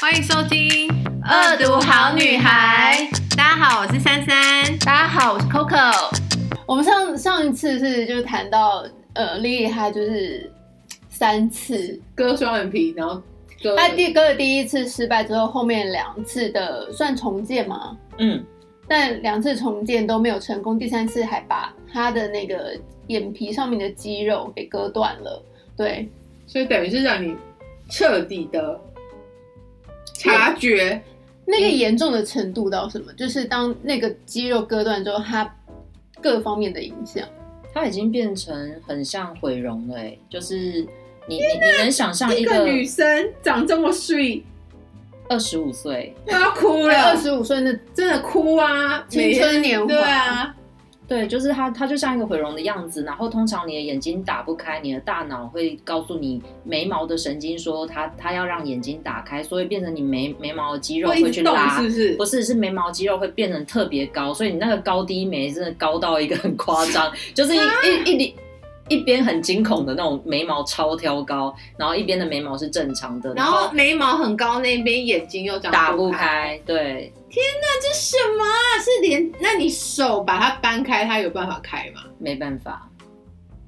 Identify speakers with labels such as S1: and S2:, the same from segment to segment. S1: 欢迎收听《
S2: 恶毒好女孩》。
S1: 大家好，我是珊珊。
S2: 大家好，我是 Coco。我们上上一次是就是谈到呃，Lily 她就是三次，
S3: 割双眼皮，然后割
S2: 她第割的第一次失败之后，后面两次的算重建嘛，
S3: 嗯，
S2: 但两次重建都没有成功，第三次还把她的那个眼皮上面的肌肉给割断了。对，
S3: 所以等于是让你彻底的察觉，
S2: 那
S3: 嗯
S2: 个严重的程度到什么？就是当那个肌肉割断之后，它各方面的影响。
S4: 它已经变成很像毁容了、欸，就是你你你能想
S2: 哎
S4: 象
S3: 一
S4: 一个
S3: 个女生长这么碎，
S4: 二十五岁，
S3: 都要哭
S2: 哎二
S3: 了，
S2: 十五岁那
S3: 真的哭啊，
S2: 青春年华
S3: 每天对啊，
S4: 对，就是它它就像一个毁容的样子，然后通常你的眼睛打不开，你的大脑会告诉你眉毛的神经说它它要让眼睛打开，所以变成你眉眉毛的肌肉
S3: 会一
S4: 会去
S3: 直动
S4: 拉。
S3: 是不是？
S4: 不是，是眉毛肌肉会变成特别高，所以你那个高低眉真的高到一个很夸张，
S3: 啊
S4: 就是一一一里一边很惊恐的那种眉毛超挑高，然后一边的眉毛是正常的，
S3: 然后眉毛很高那边，眼睛又长
S4: 打
S3: 不
S4: 不，开，对，
S3: 那这什么啊？是连那你手把它搬开，它有办法开吗？
S4: 没办法，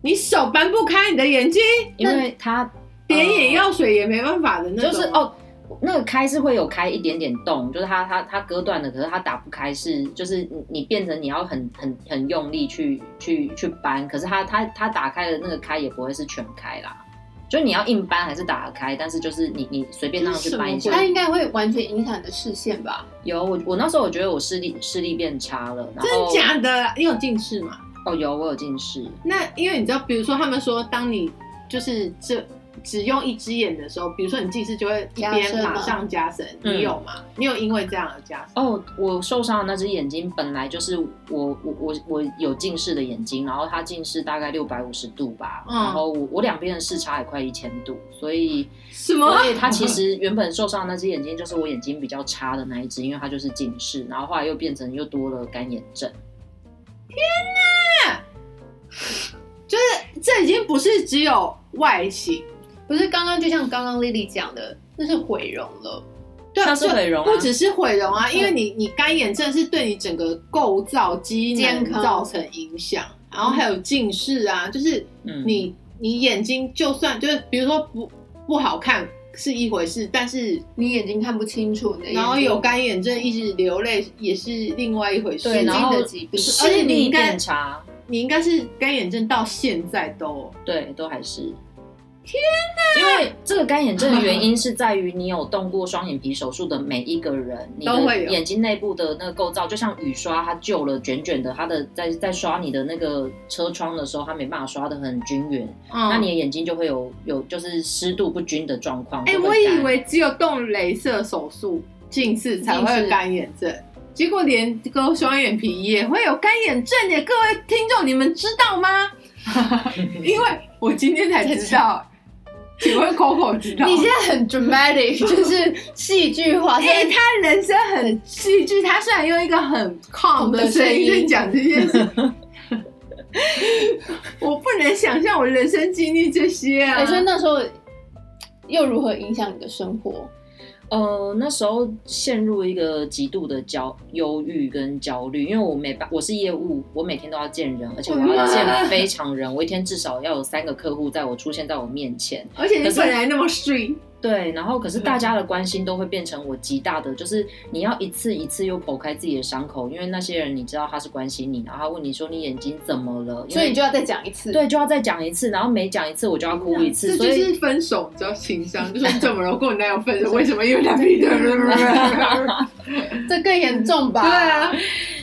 S3: 你手搬不开你的眼睛，
S4: 因为它
S3: 点眼
S4: 要
S3: 药水也没办法的那种，
S4: 呃就是哦，那个开是会有开一点点洞，就是它它它割断了，可是它打不开是，就是你你变成你要很很很用力去去去扳，可是它它它打开的那个开也不会是全开啦，就你要硬扳还是打得开，但是就是你你随便让它去扳一
S3: 这
S4: 下
S3: 是什
S2: 它
S3: 么。
S2: 应该会完全影响你的视线吧？
S4: 有我我那时候我觉得我视力视力变差了，然
S3: 真
S4: 后
S3: 假的？你有近视吗？
S4: 哦有我有近视，
S3: 那因为你知道，比如说他们说，当你就是这只用一只眼的时候，比如说你近视就会一
S2: 加深
S3: 边
S2: 吗
S3: 马上加深，
S4: 嗯
S3: 你有吗？你有因为这样而加深？
S4: 哦，我受伤的那只眼睛本来就是我我我我有近视的眼睛，然后它近视大概六百五十度吧，
S3: 嗯
S4: 然后我我两边的视差也快一千度，所以
S3: 什么
S4: 所？以它其实原本受伤的那只眼睛就是我眼睛比较差的那一只，因为它就是近视，然后后来又变成又多了干眼症，
S3: 就是这已经不是只有外形，
S2: 不是刚刚就像刚刚 Lily 讲的，那是毁容了。
S3: 对啊，
S4: 它是
S3: 就
S4: 毁容啊
S3: 不只是毁容啊，因为你你干眼症是对你整个构造机
S2: 健
S3: 能
S2: 康
S3: 造成影响，然后还有近视啊，就是
S4: 嗯，
S3: 你你眼睛就算就是比如说不不好看是一回事，但是
S2: 你眼睛看不清楚，你的眼睛
S3: 然后有干眼症一直流泪也是另外一回事。
S4: 对，
S2: 眼睛的
S4: 然后
S2: 疾病
S3: 而且
S4: 视
S3: 你
S4: 力
S3: 应该
S4: 变差，
S3: 你应该是干眼症到现在都
S4: 对，都还是。天哪！因为这个干眼症的原因是在于你有动过双眼皮手术的每一个人，你
S3: 都会
S4: 的
S3: 有
S4: 眼睛内部的那个构造，就像雨刷，它旧了卷卷的，它的在在刷你的那个车窗的时候，它没办法刷的很均匀，
S3: 嗯
S4: 那你的眼睛就会有有就是湿度不均的状况。
S3: 哎、
S4: 就会
S3: 我以
S4: 干
S3: 为只有动镭射手术近视才会有干眼症，结果连割双眼皮也会有干眼症耶！各位听众，你们知道吗？因为我今天才知道，请问 Coco 知道吗？
S2: 你现在很 dramatic，就是戏剧化。
S3: 哎、
S2: 现在
S3: 他人生很戏剧，他虽然用一个很 calm 的声音在讲这件事，我不能想象我人生经历这些啊。
S2: 哎、所以那时候又如何影响你的生活？
S4: 呃，那时候陷入一个极度的焦忧郁跟焦虑，因为我每办我是业务，我每天都要见人，而且我要见非常人，我一天至少要有三个客户在我出现在我面前。
S3: 而且你
S4: 可是
S3: 本来那么睡，
S4: 对，然后可是大家的关心都会变成我极大的，就是你要一次一次又剖开自己的伤口，因为那些人你知道他是关心你，然后他问你说你眼睛怎么了，因为
S2: 所以你就要再讲一次。，
S4: 对就要再讲一次，然后每讲一次我就要哭一次，
S3: 这
S4: 所
S3: 就
S4: 以
S3: 是 分手，你知道情商，就说你怎么了？我跟我男友分手，为什么？因为他劈腿。
S2: 这更严重吧？
S3: 对啊，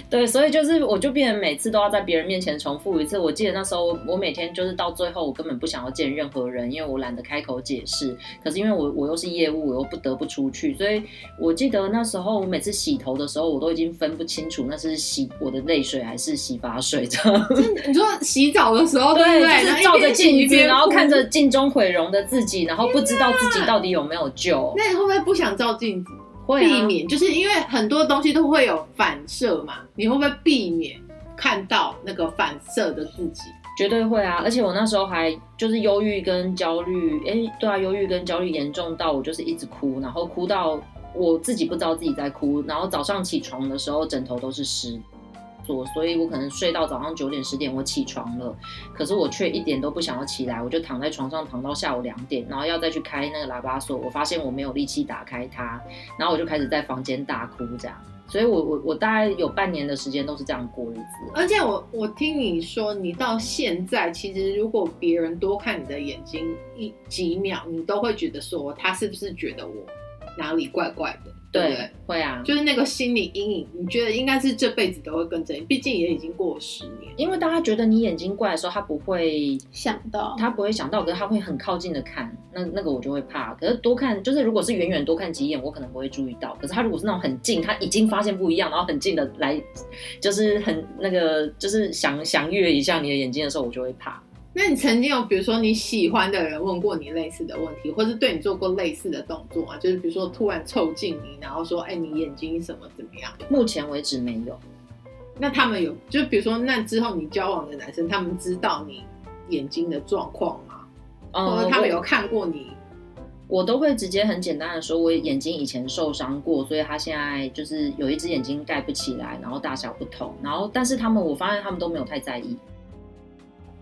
S4: 对，所以就是我就变成每次都要在别人面前重复一次。我记得那时候我我每天就是到最后，我根本不想要见任何人，因为我懒得开口解释。可是因为我我又是业务，我又不得不出去，所以我记得那时候我每次洗头的时候，我都已经分不清楚那是洗我的泪水还是洗发水这样。
S3: 你说洗澡的时候，哦对不对？
S4: 就
S3: 然后
S4: 是
S3: 一
S4: 照着
S3: 边洗
S4: 镜
S3: 一
S4: 子，
S3: 边
S4: 然后
S3: 哭
S4: 看着镜中毁容的自己，然后不知道自己到底有没有救。
S3: 那你会不会不想照镜子？
S4: 会
S3: 避
S4: 啊，
S3: 免，就是因为很多东西都会有反射嘛，你会不会避免看到那个反射的自己？
S4: 绝对会啊！而且我那时候还就是忧郁跟焦虑，哎，对啊，忧郁跟焦虑严重到我就是一直哭，然后哭到我自己不知道自己在哭，然后早上起床的时候枕头都是湿做，所以我可能睡到早上九点十点我起床了，可是我却一点都不想要起来，我就躺在床上躺到下午两点，然后要再去开那个喇叭锁，我发现我没有力气打开它，然后我就开始在房间大哭这样，所以我我我大概有半年的时间都是这样过日子。
S3: 而且我我听你说，你到现在其实如果别人多看你的眼睛一几秒，你都会觉得说他是不是觉得我哪里怪怪的，对不对？
S4: 会啊，
S3: 就是那个心理阴影，你觉得应该是这辈子都会跟着你，毕竟也已经过了十年。
S4: 因为大家觉得你眼睛怪的时候，他不会
S2: 想到
S4: 他不会想到，可是他会很靠近的看，那那个我就会怕。可是多看，就是如果是远远多看几眼，我可能不会注意到。可是他如果是那种很近，他已经发现不一样，然后很近的来，就是很那个，就是想想越一下你的眼睛的时候，我就会怕。
S3: 那你曾经有，比如说你喜欢的人问过你类似的问题，或是对你做过类似的动作吗？就是比如说突然凑近你，然后说：“哎、你眼睛什么怎么样
S4: 目前为止没有，？”
S3: 那他们有，就比如说那之后你交往的男生，他们知道你眼睛的状况吗？或
S4: 呃
S3: 者他们
S4: 我
S3: 有看过你？
S4: 我都会直接很简单的说，我眼睛以前受伤过，所以他现在就是有一只眼睛盖不起来，然后大小不同，然后但是他们我发现他们都没有太在意。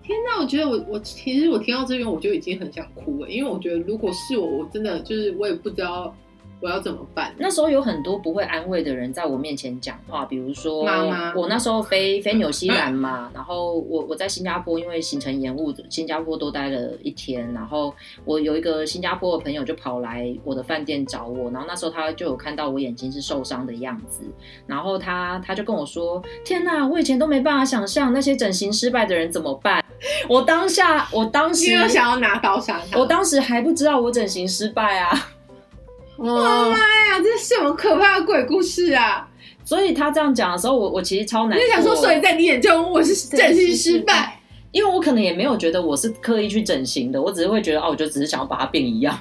S3: 天哪，哎我觉得我我其实我听到这边我就已经很想哭了，因为我觉得如果是我，我真的就是我也不知道我要怎么办。
S4: 那时候有很多不会安慰的人在我面前讲话，比如说
S3: 妈妈
S4: 我那时候飞飞纽西兰 嘛，然后我我在新加坡因为行程延误，新加坡多待了一天，然后我有一个新加坡的朋友就跑来我的饭店找我，然后那时候他就有看到我眼睛是受伤的样子，然后他他就跟我说：“天哪，我以前都没办法想象那些整形失败的人怎么办。”我当下我当
S3: 你
S4: 时
S3: 有想要拿刀杀他？
S4: 我当时还不知道我整形失败啊。
S2: 嗯哇，
S3: 哎呀，这是什么可怕的鬼故事啊！
S4: 所以他这样讲的时候，我我其实超难
S3: 你
S4: 过。
S3: 就想说，所以在你眼中我是整形失败，
S4: 因为我可能也没有觉得我是刻意去整形的，我只是会觉得哦，我就只是想要把它变一样，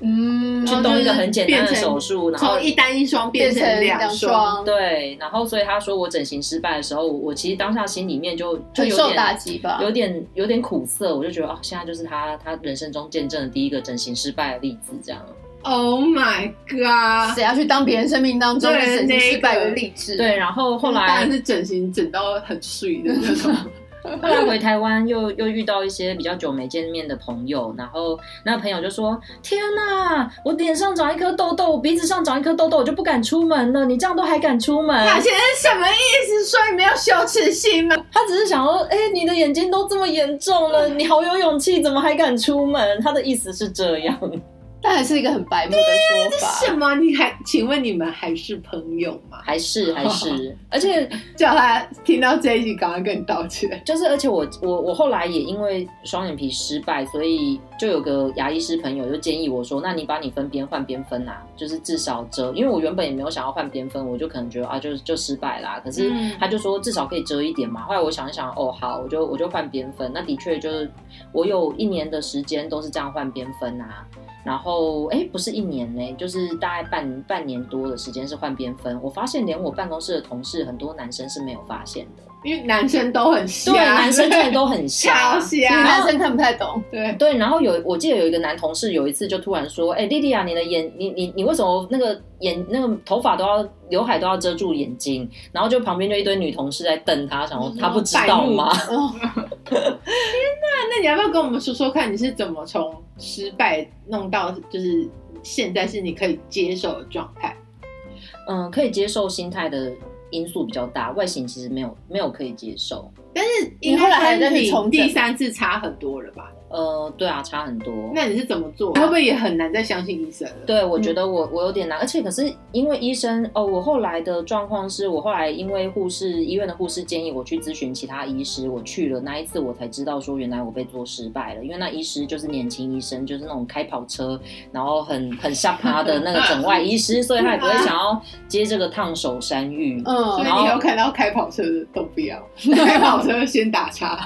S2: 嗯，
S4: 去
S3: 哦
S4: 动
S3: 就
S4: 一
S3: 是
S4: 个很简单的
S3: 变成
S4: 手术，然后
S3: 从一单一双变
S2: 变
S3: 成
S2: 成
S3: 两
S2: 两
S3: 双。
S2: 双，
S4: 对，然后所以他说我整形失败的时候，我我其实当下心里面就就
S2: 很
S4: 有
S2: 受打
S4: 点
S2: 击吧？
S4: 有点有点苦涩，我就觉得哦，现在就是他他人生中见证的第一个整形失败的例子，这样。
S3: Oh my god！
S2: 谁要去当别人生命当中
S3: 对
S2: 神经失败
S3: 那
S2: 为
S3: 个
S2: 励志？
S4: 对，然 后后
S3: 当
S4: 来
S3: 然是整形整到很碎的那 种。
S4: 后来回台湾又又遇到一些比较久没见面的朋友，然后那朋友就说：“天哪，我脸上长一颗痘痘，我鼻子上长一颗痘痘，我就不敢出门了。你这样都还敢出门？”
S3: 那现在是什么意思？说你没有羞耻心吗？
S4: 他只是想说：“哎、你的眼睛都这么严重 了，你好有勇气，怎么还敢出门？”他的意思是这样。
S2: 但还是一个很白目的说法。
S3: 啊什么？你还请问你们还是朋友吗？
S4: 还是还是， 而且
S3: 叫他听到这一集，赶快跟你道歉。
S4: 就是，而且我我我后来也因为双眼皮失败，所以就有个牙医师朋友就建议我说，那你把你分边换边分啊，就是至少遮，因为我原本也没有想要换边分，我就可能觉得啊，就就失败啦。可是
S3: 嗯
S4: 他就说至少可以遮一点嘛。后来我想一想，哦，好，我就我就换边分。那的确就是我有一年的时间都是这样换边分啊。然后，哎，不是一年呢、就是大概半半年多的时间是换边分。我发现连我办公室的同事很多男生是没有发现的。
S3: 因为男生都很瞎，
S4: 对，男生真的都
S3: 啊
S4: 很
S3: 超
S4: 瞎。
S2: 因为
S3: 瞎。
S2: 男生看不太懂，
S3: 对，
S4: 对，然后有我记得有一个男同事有一次就突然说：“哎、莉莉亚，你的眼，你你你为什么那个眼那个头发都要刘海都要遮住眼睛？”然后就旁边就一堆女同事在瞪他，想说
S3: 嗯
S4: 他不知道吗？
S2: 哦，
S3: 那你要不要跟我们说说看，你是怎么从失败弄到就是现在是你可以接受的状态？
S4: 嗯，可以接受心态的因素比较大，外形其实没有没有可以接受。
S3: 但是
S2: 你后来还在去
S3: 应该跟
S2: 重整
S3: 你第三次差很多了吧？
S4: 呃，对啊，差很多。
S3: 那你是怎么做？啊会不会也很难再相信医生了？
S4: 对，我觉得我我有点难，而且可是因为医生哦，我后来的状况是我后来因为护士医院的护士建议我去咨询其他医师，我去了那一次我才知道说原来我被做失败了，因为那医师就是年轻医生，就是那种开跑车，然后很很下趴的那个整外医师，所以他也不会想要接这个烫手山芋。
S3: 所以
S2: 嗯，
S3: 你有看到开跑车的都不 要，开跑 车先打叉。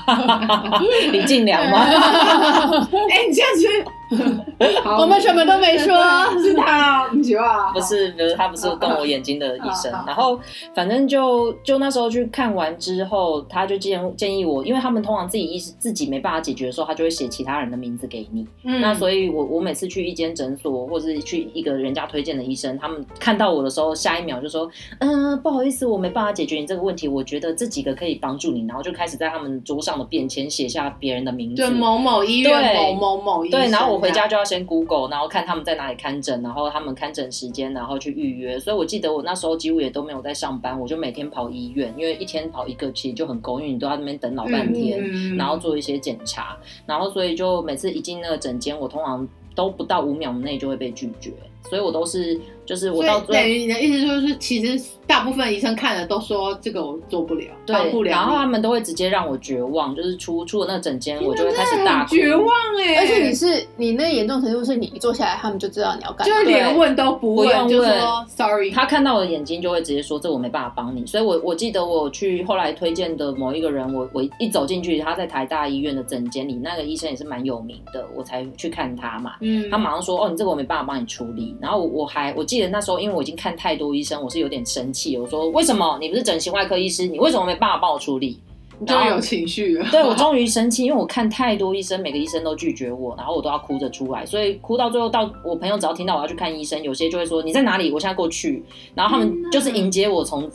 S4: 李静良吗？
S3: 哎、你这样子好
S2: 我们什么都没说
S3: 是他，你喜欢？
S4: 不是，不是，他不是动我眼睛的医生
S3: 好好。
S4: 然后反正就就那时候去看完之后，他就建建议我，因为他们通常自己意识自己没办法解决的时候，他就会写其他人的名字给你。
S3: 嗯，
S4: 那所以我，我每次去一间诊所，或是去一个人家推荐的医生，他们看到我的时候，下一秒就说：“嗯、不好意思，我没办法解决你这个问题，我觉得这几个可以帮助你。”然后就开始在他们桌上的便签写下别人的名字
S3: 就。某某医院某
S4: 对
S3: 某某医生啊
S4: 对，然后我回家就要先 Google，然后看他们在哪里看诊，然后他们看诊时间，然后去预约。所以我记得我那时候几乎也都没有在上班，我就每天跑医院，因为一天跑一个其实就很够，因为你都在那边等老半天。
S3: 嗯
S4: 然后做一些检查，然后所以就每次一进那个诊间，我通常都不到五秒内就会被拒绝，所以我都是就是我
S3: 所
S4: 到
S3: 以等
S4: 最后。
S3: 于你的意思就是，其实大部分医生看了都说这个我做不了，帮不了
S4: 对，
S3: 你。
S4: 然后他们都会直接让我绝望，就是出出了那个诊间，我就会开始
S3: 真的
S4: 大
S3: 很
S4: 哭。
S3: 绝望哎、
S2: 而且你是你那严重程度是你一坐下来，他们就知道你要干
S3: 就
S2: 嘛。
S3: 是连问都不
S4: 不用
S3: 问，就
S4: 问
S3: 说 sorry。
S4: 他看到我的眼睛就会直接说：“这我没办法帮你。”所以我，我记得我去后来推荐的某一个人，我我一走进去，他在台大医院的诊间里，那个医生也是蛮有名的，我才去看他嘛。
S3: 嗯
S4: 他马上说：“哦，你这个我没办法帮你处理。”然后我我还我记得那时候，因为我已经看太多医生，我是有点生气，我说：“为什么你不是整形外科医师，你为什么没办法帮我处理？”
S3: 就
S4: 然
S3: 有
S4: 后
S3: 情绪了。
S4: 对我终于生气，因为我看太多医生，每个医生都拒绝我，然后我都要哭着出来，所以哭到最后，到我朋友只要听到我要去看医生，有些就会说：“你在哪里？我现在过去。”然后他
S3: 天哪
S4: 们就是迎接我从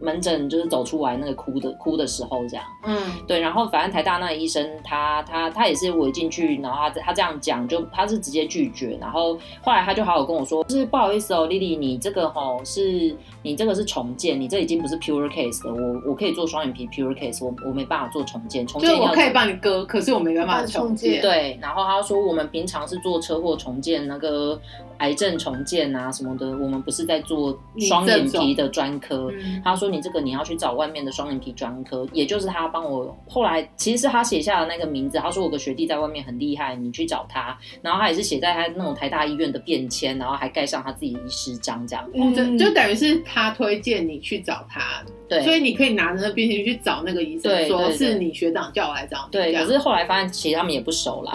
S4: 门诊就是走出来那个哭的哭的时候这样。
S3: 嗯，
S4: 对，然后反正台大那个医生他他他也是我一进去，然后他他这样讲，就他是直接拒绝，然后后来他就好好跟我说，就是不好意思哦，丽丽，你这个吼、是你这个是重建，你这已经不是 pure case 了，我我可以做双眼皮 pure case，我我没办法做重建，重
S3: 就是
S4: 建
S3: 我
S4: 要
S3: 可以帮你割，可是我没办法
S2: 帮你重
S3: 重
S2: 建
S3: 建。
S4: 对，然后他说我们平常是做车祸重建、那个癌症重建啊什么的，我们不是在做
S3: 你
S4: 双眼
S3: 这种
S4: 皮的专科，
S3: 嗯
S4: 他说你这个你要去找外面的双眼皮专科，也就是他帮我后来其实是他写下的那个名字，他说我有个学弟在外面很厉害，你去找他，然后他也是写在他那种台大医院的便签，然后还盖上他自己的医师章这样，
S3: 哦，这
S2: 嗯
S3: 就等于是他推荐你去找他，
S4: 对，
S3: 所以你可以拿着那病情去找那个医生，
S4: 对
S3: 说
S4: 对对
S3: 是你学长叫我来找你。
S4: 对，
S3: 这
S4: 可
S3: 样
S4: 是后来发现其实他们也不熟啦，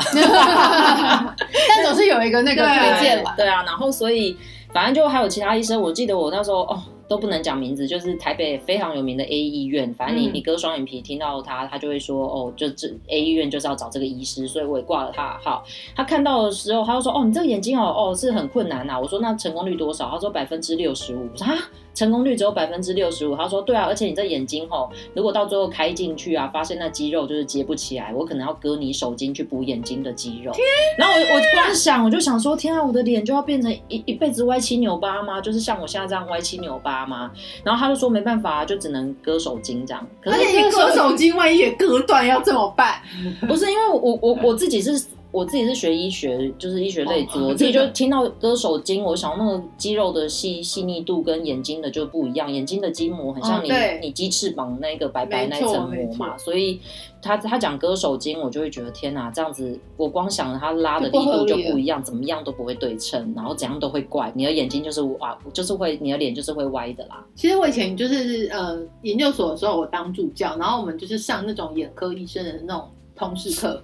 S2: 但总是有一个那个
S3: 对
S2: 推荐啦。
S4: 对啊，然后所以反正就还有其他医生，我记得我那时候哦都不能讲名字，就是台北非常有名的 A 医院，反正你、
S3: 嗯
S4: 你割双眼皮听到他，他就会说哦，就这 A 医院就是要找这个医师，所以我也挂了他的号。他看到的时候，他就说哦，你这个眼睛哦哦是很困难呐、我说那成功率多少？他说百分之六十五。我说啊。成功率只有百分之六十五，他说对啊，而且你这眼睛吼，如果到最后开进去啊，发现那肌肉就是接不起来，我可能要割你手筋去补眼睛的肌肉。然后我我光想，我就想说，天啊，我的脸就要变成一一辈子歪七扭八吗？就是像我现在这样歪七扭八吗？然后他就说没办法、啊，就只能割手筋这样。可
S3: 而
S4: 是
S3: 且你割手筋，万一也割断，要怎么办？
S4: 不是因为我我我自己是。我自己是学医学，就是医学类
S3: 哦
S4: 组，我自己就听到割手筋，我想那个肌肉的细细腻度跟眼睛的就不一样，眼睛的筋膜很像
S3: 哦
S4: 你、
S3: 对
S4: 你鸡翅膀那个白白那
S3: 没错
S4: 层
S3: 没
S4: 膜
S3: 错
S4: 嘛，所以他他讲割手筋，我就会觉得天哪，这样子我光想他拉的
S2: 就不
S4: 力
S2: 合
S4: 度就
S2: 理了
S4: 不一样，怎么样都不会对称，然后怎样都会怪，你的眼睛就是哇，就是会你的脸就是会歪的啦。
S3: 其实我以前就是呃研究所的时候，我当助教，然后我们就是上那种眼科医生的那种通识课，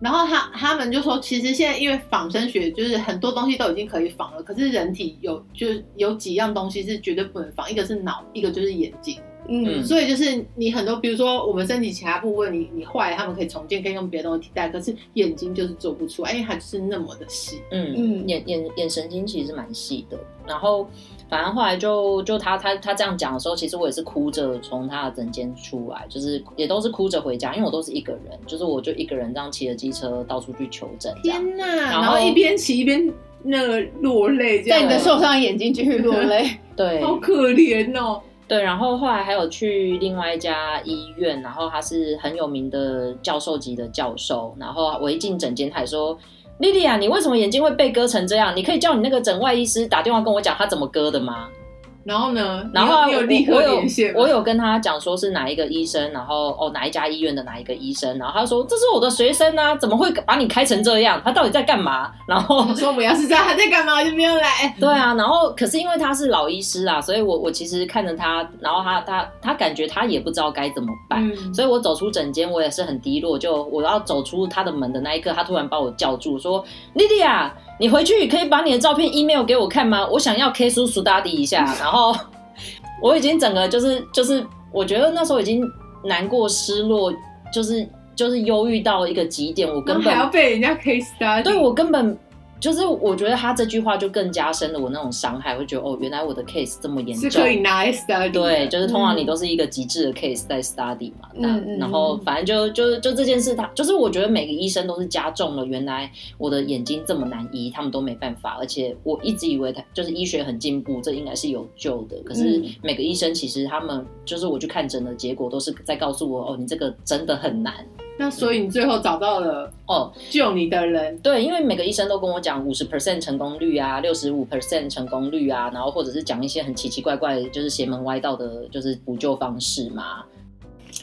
S3: 然后他他们就说，其实现在因为仿生学就是很多东西都已经可以仿了，可是人体有就是有几样东西是绝对不能仿，一个是脑，一个就是眼睛。
S2: 嗯
S4: 嗯，
S3: 所以就是你很多，比如说我们身体其他部位你，你坏了，他们可以重建，可以用别的东西替代，可是眼睛就是做不出来，因为它就是那么的细。
S4: 嗯，
S2: 嗯
S4: 眼眼眼神经其实蛮细的。然后反正后来就就他他他这样讲的时候，其实我也是哭着从他的诊间出来，就是也都是哭着回家，因为我都是一个人，就是我就一个人这样骑着机车到处去求诊这样。
S3: 天哪！然
S4: 然后
S3: 后一边骑一边那个落泪，这样
S2: 在你的
S4: 手
S2: 受伤的眼睛继续落泪。
S4: 对
S3: 好可怜哦。
S4: 对，然后后来还有去另外一家医院，然后他是很有名的教授级的教授，然后我一进诊间，他也说。莉莉啊，你为什么眼睛会被割成这样？你可以叫你那个诊外医师打电话跟我讲他怎么割的吗？
S3: 然后呢，
S4: 然后
S3: 你有
S4: 我
S3: 你有立刻
S4: 我有
S3: 连线吗
S4: 我有跟他讲说是哪一个医生，然后哦哪一家医院的哪一个医生，然后他说这是我的学生啊，怎么会把你开成这样？他到底在干嘛？然 后
S3: 我说我要是知道他在干嘛，我就不用 来。
S4: 对啊，然后可是因为他是老医师啊啦，所以我我其实看着他，然后他他他感觉他也不知道该怎么办，
S3: 嗯，
S4: 所以我走出诊间，我也是很低落。就我要走出他的门的那一刻，他突然把我叫住，说：“莉莉亚，你回去可以把你的照片 email 给我看吗？我想要 K 叔叔 study 一下。”然后我已经整个就是就是，我觉得那时候已经难过、失落，就是就是忧郁到一个极点，我
S3: 然
S4: 根
S3: 后还要
S4: 本
S3: 被人家 case study。
S4: 对我根本。就是我觉得他这句话就更加深了我那种伤害，我就觉得哦，原来我的 case 这么严
S3: 是
S4: 重，
S3: 可以拿来 study 的。
S4: 对，就是通常你都是一个极致的 case 在 study 嘛，那、
S2: 嗯嗯
S4: 然后反正就就就这件事它，就是我觉得每个医生都是加重了原来我的眼睛这么难医，他们都没办法，而且我一直以为他就是医学很进步，这应该是有救的，可是
S2: 嗯
S4: 每个医生其实他们就是我去看诊的结果都是在告诉我哦，你这个真的很难
S3: 那所以你最后找到了
S4: 哦，
S3: 救你的人，
S4: 对，因为每个医生都跟我讲五十 percent 成功率啊，六十五 percent 成功率啊，然后或者是讲一些很奇奇怪怪，就是邪门歪道的，就是补救方式嘛。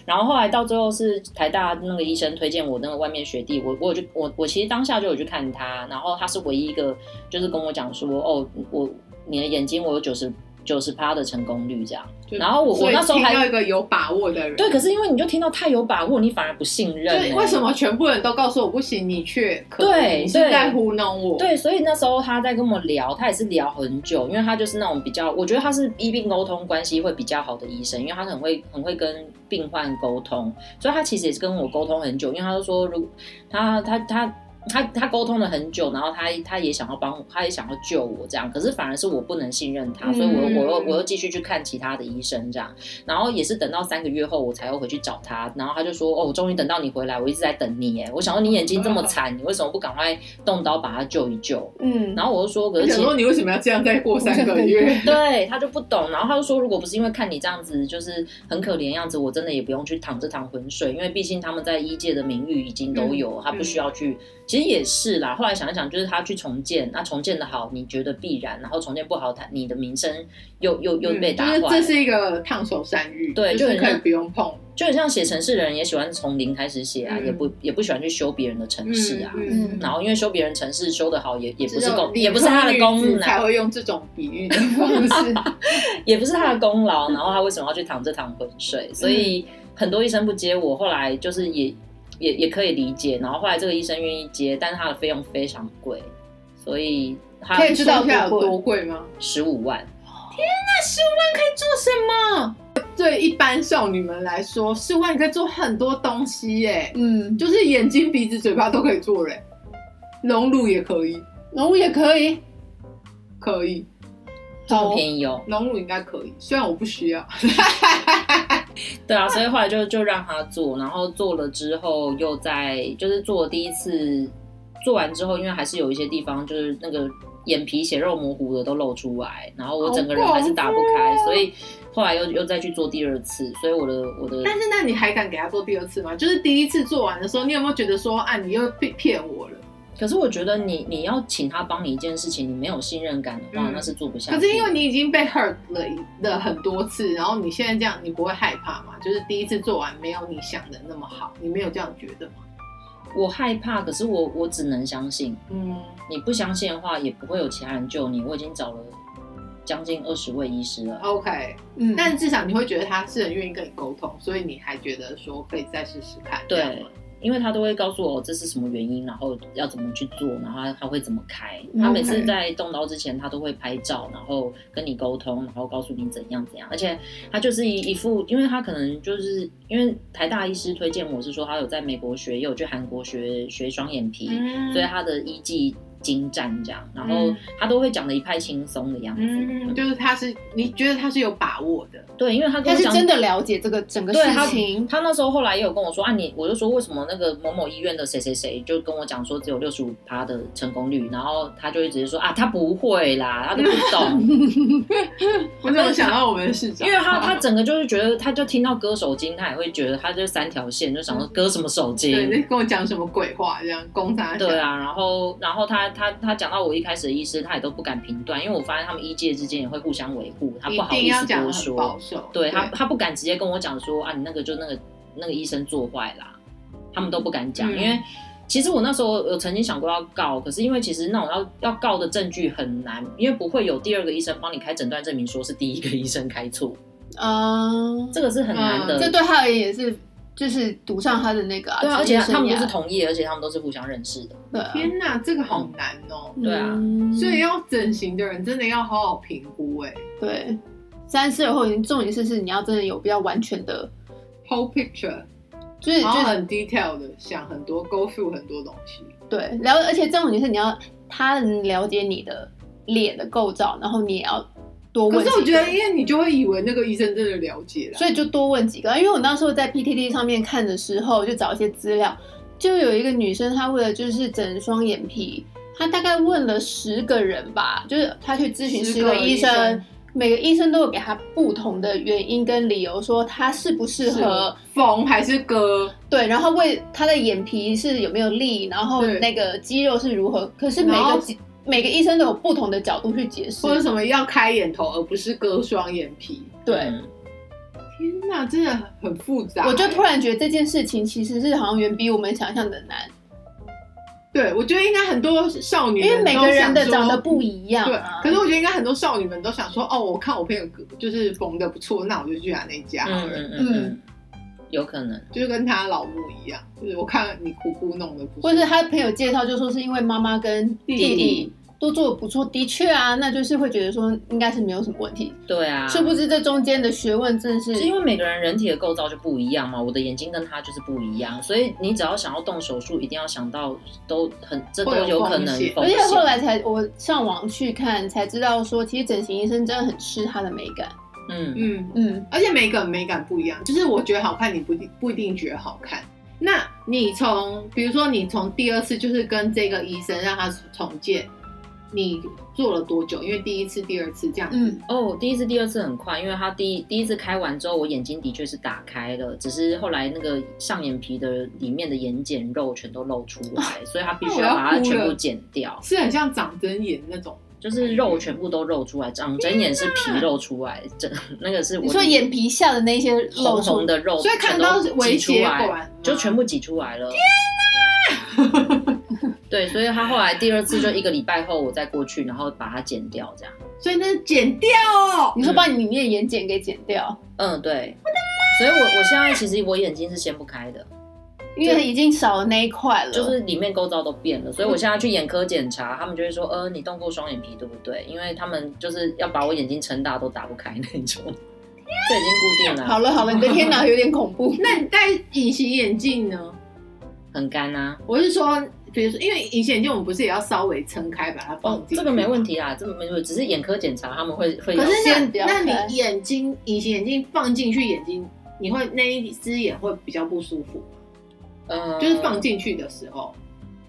S4: 然后后来到最后是台大那个医生推荐我那个外面学弟，我我有去我我其实当下就有去看他，然后他是唯一一个就是跟我讲说哦，我你的眼睛我有九十九十趴的成功率这样。
S3: 就
S4: 然后我
S3: 所
S4: 我
S3: 以
S4: 那时候
S3: 听到
S4: 还
S3: 一个有把握的人。
S4: 对，可是因为你就听到太有把握，你反而不信任、
S3: 对，
S4: 欸。
S3: 为什么全部人都告诉我不行，你却可以？
S4: 对
S3: 你是
S4: 对
S3: 在糊弄我。，
S4: 对，所以那时候他在跟我聊，他也是聊很久，因为他就是那种比较，我觉得他是医病沟通关系会比较好的医生，因为他很会很会跟病患沟通，所以他其实也是跟我沟通很久，因为他就说，如他他他他他沟通了很久，然后他他也想要帮我，他也想要救我这样，可是反而是我不能信任他，所以我又我又我又继续去看其他的医生这样，然后也是等到三个月后我才又回去找他，然后他就说哦，我终于等到你回来，我一直在等你耶，我想说你眼睛这么惨，你为什么不赶快动刀把他救一救？
S2: 嗯，
S4: 然后我就说，可是其
S3: 想
S4: 实？
S3: 说你为什么要这样再过三个月
S4: 对他就不懂，然后他就说，如果不是因为看你这样子就是很可怜的样子，我真的也不用去淌这趟浑水，因为毕竟他们在医界的名誉已经都
S3: 嗯
S4: 有，他不需要去。其实也是啦，后来想一想，就是他去重建，那重建的好，你觉得必然，然后重建不好，他你的名声又又又被打坏
S3: 嗯
S4: 了。
S3: 就是这是一个烫手山芋，
S4: 对
S3: 就
S4: 就是很
S3: 可以
S4: 像
S3: 不用碰。
S4: 就很像写程式的人也喜欢从零开始写啊，
S3: 嗯
S4: 也不也不喜欢去修别人的程式啊。
S3: 嗯嗯
S4: 然后因为修别人程式修得好也，也不
S3: 只
S4: 是
S3: 有
S4: 功，
S3: 理
S4: 也不是
S3: 科
S4: 他的
S3: 女
S4: 功
S3: 子才
S4: 能，
S3: 会用这种比喻的方式。
S4: 也不是他的功劳，然后他为什么要去淌这趟浑水？所以
S3: 嗯
S4: 很多医生不接我，后来就是也也也可以理解。然后后来这个医生愿意接，但是他的费用非常贵，所以 他
S3: 啊可以知道一
S2: 它
S3: 下有多贵吗？
S4: 十五万。
S3: 做什么？对一般少女们来说，十万可以做很多东西耶，
S2: 嗯，
S3: 就是眼睛、鼻子、嘴巴都可以做嘞，隆乳也可以，
S2: 然后也可以，
S3: 可以，
S4: 这么
S2: 好
S4: 便宜哦，
S3: 隆乳应该可以，虽然我不需要。
S4: 对啊，所以后来就就让他做，然后做了之后又在就是做了第一次，做完之后，因为还是有一些地方就是那个眼皮血肉模糊的都露出来，然后我整个人还是
S3: 哦
S4: 打不开，所以后来又又再去做第二次，所以我的我的
S3: 但是那你还敢给他做第二次吗？就是第一次做完的时候，你有没有觉得说啊，你又被骗我了？
S4: 可是我觉得你你要请他帮你一件事情，你没有信任感的话，
S3: 嗯
S4: 那是做不下去。
S3: 可是因为你已经被 hurt 了了很多次，然后你现在这样，你不会害怕吗？就是第一次做完没有你想的那么好，你没有这样觉得吗？
S4: 我害怕，可是我我只能相信。
S3: 嗯，
S4: 你不相信的话，也不会有其他人救你。我已经找了将近二十位医师了。
S3: OK，
S2: 嗯，
S3: 但至少你会觉得他是很愿意跟你沟通，所以你还觉得说可以再试试看。这样
S4: 对
S3: 吗，
S4: 因为他都会告诉我这是什么原因，然后要怎么去做，然后他他会怎么开。
S2: 嗯
S4: 他每次在动刀之前，他都会拍照，然后跟你沟通，然后告诉你怎样怎样。而且他就是一一副，因为他可能就是因为台大医师推荐我是说他有在美国学，也有去韩国学学双眼皮，
S3: 嗯
S4: 所以他的医技精湛这样，然后
S3: 嗯
S4: 他都会讲的一派轻松的样子。
S3: 嗯，就是他是你觉得他是有把握的，
S4: 对，因为他跟
S2: 他
S4: 我
S2: 是
S4: 讲
S2: 真的了解这个整个
S4: 对
S2: 事
S4: 他
S2: 情，
S4: 他那时候后来也有跟我说啊你，我就说为什么那个某某医院的谁谁谁就跟我讲说只有六十五趴的成功率，然后他就会直接说啊他不会啦，啊他都不 懂，
S3: 我怎么想到我们的市长？
S4: 因为他他整个就是觉得他就听到割手巾，他也会觉得他就三条线，就想说割什么手
S3: 对
S4: 巾。
S3: 在跟我讲什么鬼话，这样攻他。
S4: 对，啊，然后然后他他他讲到我一开始的医师，他也都不敢评断，因为我发现他们医界之间也会互相维护，他不
S3: 一
S4: 好
S3: 定
S4: 意
S3: 要
S4: 思
S3: 讲
S4: 多
S3: 的很保
S4: 说。
S3: 守，
S4: 对他他不敢直接跟我讲说啊，你那个就那个那个医生做坏啦，他们都不敢讲，
S3: 嗯
S4: 因为其实我那时候有曾经想过要告，可是因为其实那种要要告的证据很难，因为不会有第二个医生帮你开诊断证明说是第一个 医生开错，
S2: 嗯，
S4: 这个是很难的。
S2: 这对他而言也是，就是赌上他的那个、啊，
S4: 对啊，而
S2: 职
S4: 且
S2: 业
S4: 他
S2: 生
S4: 们都
S2: 涯
S4: 是同业，而且他们都是互相认识的。
S2: 对啊
S3: 天哪，这个
S4: 嗯
S3: 好难哦。
S4: 对啊
S2: 嗯
S3: 所以要整形的人真的要好好评估哎、
S2: 对三思而后行，重点是是你要真的有比较完全的，
S3: whole picture，
S2: 就是
S3: 然后
S2: 就
S3: 哦
S2: 是
S3: 很 detail 的想很多，go through 很多东西。
S2: 对了，而且重点是你要他能了解你的脸的构造，然后你也要多
S3: 可
S2: 问。
S3: 是我觉得，因。为你就会以为那个医生真的了解了，
S2: 所以就多问几个，因为我那时候在 PTT 上面看的时候，就找一些资料，就有一个女生，她为了就是整双眼皮，她大概问了十个人吧，就是她去咨询
S3: 10
S2: 十个
S3: 个
S2: 医
S3: 医
S2: 生，
S3: 生
S2: 每个医生都有给她不同的原因跟理由，说她适不适合，
S3: 缝还是割，
S2: 对，然后为她的眼皮是有没有力，然后
S3: 对
S2: 那个肌肉是如何，可是每
S3: 然
S2: 个
S3: 后
S2: 肌每个医生都有不同的角度去解释
S3: 或，者什么要开眼头而不是割双眼皮。
S2: 对。
S4: 嗯
S3: 天哪，真的很复杂欸、
S2: 我就突然觉得这件事情其实是好像远比我们想象的难，
S3: 对，我觉得应该很多少女
S2: 因为
S3: 们
S2: 每
S3: 都
S2: 个人的
S3: 想说
S2: 长得不一样、
S3: 对
S2: 啊。，
S3: 可是我觉得应该很多少女们都想说，哦，我看我朋友就是缝的不错，那我就去他那家好
S4: 嗯
S3: 了，
S4: 嗯嗯嗯，有可能。
S3: 就是跟他老母一样，就是我看你姑姑弄的不错
S2: 或者是他朋友介绍就说是因为妈妈跟弟
S3: 弟
S2: 弟都做的不错，的确啊，那就是会觉得说应该是没有什么问题。
S4: 对啊，
S2: 殊、不知这中间的学问真的是
S4: 是因为每个人人体的构造就不一样嘛，我的眼睛跟他就是不一样，所以你只要想要动手术，一定要想到都很这都
S3: 会有
S4: 有可能
S3: 风险
S4: 风
S2: 而且
S4: 险
S2: 后来才我上网去看才知道说，其实整形医生真的很吃他的美感。
S4: 嗯嗯
S3: 嗯，
S2: 嗯，
S3: 而且每个人美感不一样，就是我觉得好看，你不一定不一定觉得好看。那你从，比如说你从第二次就是跟这个医生让他重建，你做了多久？因为第一次、第二次这样子，
S2: 嗯
S4: 哦，第一次、第二次很快，因为他第一第一次开完之后，我眼睛的确是打开了，只是后来那个上眼皮的里面的眼睑肉全都露出 来，所以他必须
S3: 那我要
S4: 把它
S3: 哭
S4: 全
S3: 了
S4: 部剪掉，
S3: 是很像长针眼那种。
S4: 就是肉全部都露出来，长针眼是皮露出来，整那个是我
S2: 你说眼皮下的那些
S4: 红
S2: 露出
S4: 红的肉，
S3: 所以看到微
S4: 挤出
S3: 血管
S4: 来，
S3: 吗
S4: 就全部挤出来了。天 哪！对，所以他后来第二次就一个礼拜后，我再过去，然后把它剪掉，这样。
S3: 所以那是剪掉哦。
S2: 你说把你里面的眼睑给剪掉，
S4: 嗯，对。所以我我现在其实我眼睛是掀不开的，
S2: 因为已经少了那一块了。
S4: 就是里面构造都变了，所以我现在去眼科检查，他们就会说，呃，你动过双眼皮对不对？因为他们就是要把我眼睛撑大都打不开那种， 这已经固定了。
S2: 好了好了，你的天 哪，有点恐怖。
S3: 那你戴隐形眼镜呢？
S4: 很干啊。
S3: 我是说，比如说，因为隐形眼镜我们不是也要稍微撑开把它放
S4: 哦
S3: 进，去、
S4: 这个没问。题啊，这个没问题，只是眼科检查他们会会要
S3: 可
S4: 求。
S3: 是
S2: 先不要
S3: 那
S2: 开
S3: 那你眼睛隐形眼镜放进去，眼睛你会那一只眼会比较不舒服，
S4: 呃
S3: 就是放进去的时候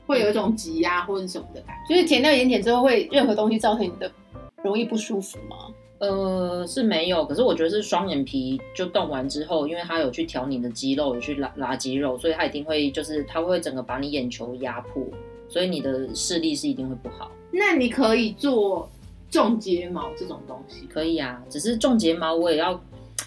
S3: 会有一种挤压或者什么的感
S2: 就是剪掉眼睑之后，会任何东西造成你的容易不舒服吗？
S4: 呃，是没有，可是我觉得是双眼皮就动完之后，因为它有去调你的肌肉，有去拉拉肌肉，所以它一定会就是它会整个把你眼球压迫，所以你的视力是一定会不好。
S3: 觉。那你可以做种睫毛这种东西，
S4: 可以啊，只是种睫毛我也要，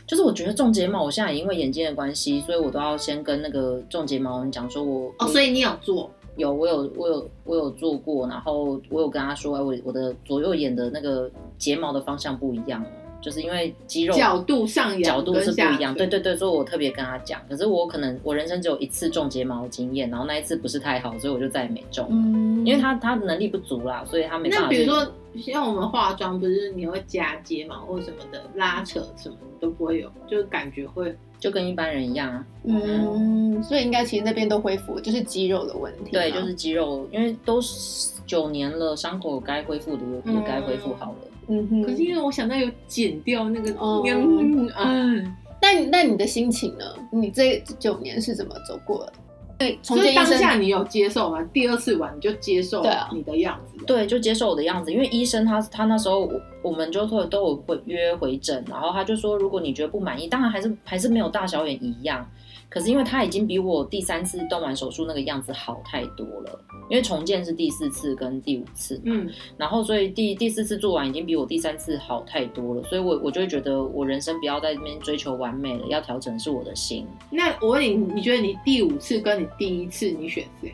S4: 就是我觉得种睫毛，我现在也因为眼睛的关系，所以我都要先跟那个种睫毛人讲说我，
S3: 哦，
S4: 我
S3: 所以你有做，
S4: 有我有我有我有做过，然后我有跟他说，哎，我我的左右眼的那个睫毛的方向不一样哦，就是因为肌肉
S3: 角度上扬
S4: 角度是
S3: 跟
S4: 不
S3: 下
S4: 一样，对
S3: 垂
S4: 对对，所以我特别跟他讲。可是我可能我人生只有一次种睫毛的经验，然后那一次不是太好，所以我就再也没种。
S2: 嗯
S4: 因为他他能力不足啦，所以他没办法。
S3: 那比如，说像我们化妆，不是你会夹睫毛或什么的拉扯什么的都不会有，就是感觉会
S4: 就跟一般人一样啊，
S2: 嗯，所以应该其实那边都恢复，就是肌肉的问题嘛。
S4: 对，就是肌肉，因为都九年了，伤口该恢复的也也
S3: 嗯
S4: 该恢复好了。
S2: 嗯哼。
S3: 可是因为我想到有剪掉那个，
S2: 哦
S3: 嗯嗯，
S2: 那你那你的心情呢？你这九年是怎么走过的？对，重
S3: 所
S2: 建
S3: 以
S2: 医
S3: 当
S2: 生
S3: 下你有接受吗？第二次玩你就接受
S2: 对啊
S3: 你的样子，
S4: 对，就接受我的样子，因为医生他他那时候我我们就会都有会约回诊，然后他就说，如果你觉得不满意，当然还是还是没有大小眼一样，可是因为他已经比我第三次动完手术那个样子好太多了，因为重建是第四次跟第五次嘛，
S3: 嗯，
S4: 然后所以第第四次做完已经比我第三次好太多了，所以我我就会觉得我人生不要在这边追求完美了，要调整是我的心。
S3: 那我问你，你觉得你第五次跟你第一次你选谁？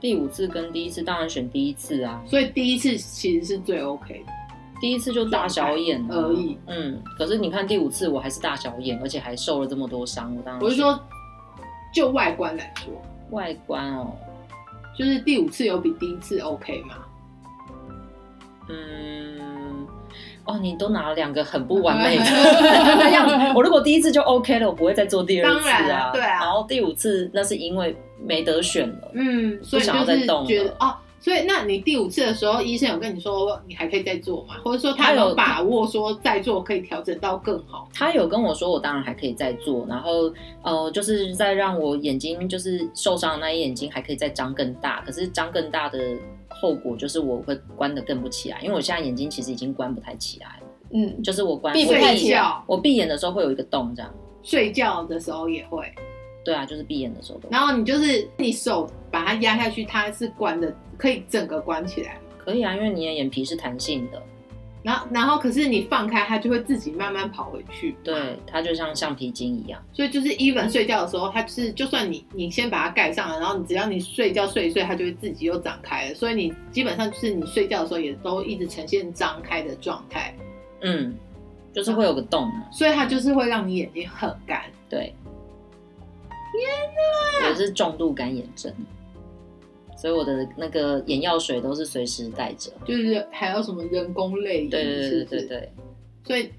S4: 第五次跟第一次当然选第一次啊，
S3: 所以第一次其实是最 OK 的，
S4: 第一次就大小眼啊
S3: 而已。
S4: 嗯，可是你看第五次我还是大小眼，而且还受了这么多伤，我当然
S3: 我是
S4: 选
S3: 说，就外观来说，
S4: 外观哦，
S3: 就是第五次有比第一次 OK 吗？
S4: 嗯，哦，你都拿了两个很不完 美的的样子。我如果第一次就 OK 了，我不会再做第二次
S3: 当然
S4: 啊。
S3: 啊对啊
S4: 然后第五次那是因为没得选了。
S3: 嗯，所以
S4: 不想
S3: 就
S4: 要再
S3: 是
S4: 动
S3: 觉
S4: 了
S3: 得哦。所以，那你第五次的时候，医生有跟你说哦你还可以再做吗？或者说
S4: 他
S3: 他
S4: 有
S3: 有把握说再做可以调整到更好？
S4: 他有跟我说，我当然还可以再做，然后呃，就是再让我眼睛就是受伤的那一眼睛还可以再张更大，可是张更大的后果就是我会关的更不起来，因为我现在眼睛其实已经关不太起来了，
S2: 嗯，
S4: 就是我关
S2: 闭不
S4: 我
S2: 太
S3: 睡
S2: 起来
S3: 觉
S4: 我闭眼的时候会有一个洞这样，
S3: 睡觉的时候也会，
S4: 对啊，就是闭眼的时候都
S3: 然后你就是你手把它压下去，它是关的，可以整个关起来。
S4: 可以啊，因为你的眼皮是弹性的，
S3: 然后，然后可是你放开，它就会自己慢慢跑回去。
S4: 对，它就像橡皮筋一样，
S3: 所以就是 even 睡觉的时候，它就是就算你你先把它盖上了，然后你只要你睡觉睡一睡，它就会自己又展开了。所以你基本上就是你睡觉的时候也都一直呈现张开的状态，
S4: 嗯，就是会有个洞嘛，
S3: 所以它就是会让你眼睛很干。
S4: 对，天哪，我是重度干眼症。所以我的那个眼药水都是随时带着，
S3: 就是还有什么人工泪液，
S4: 对对
S3: 是
S4: 对
S3: 不是？
S4: 对对，
S3: 所以，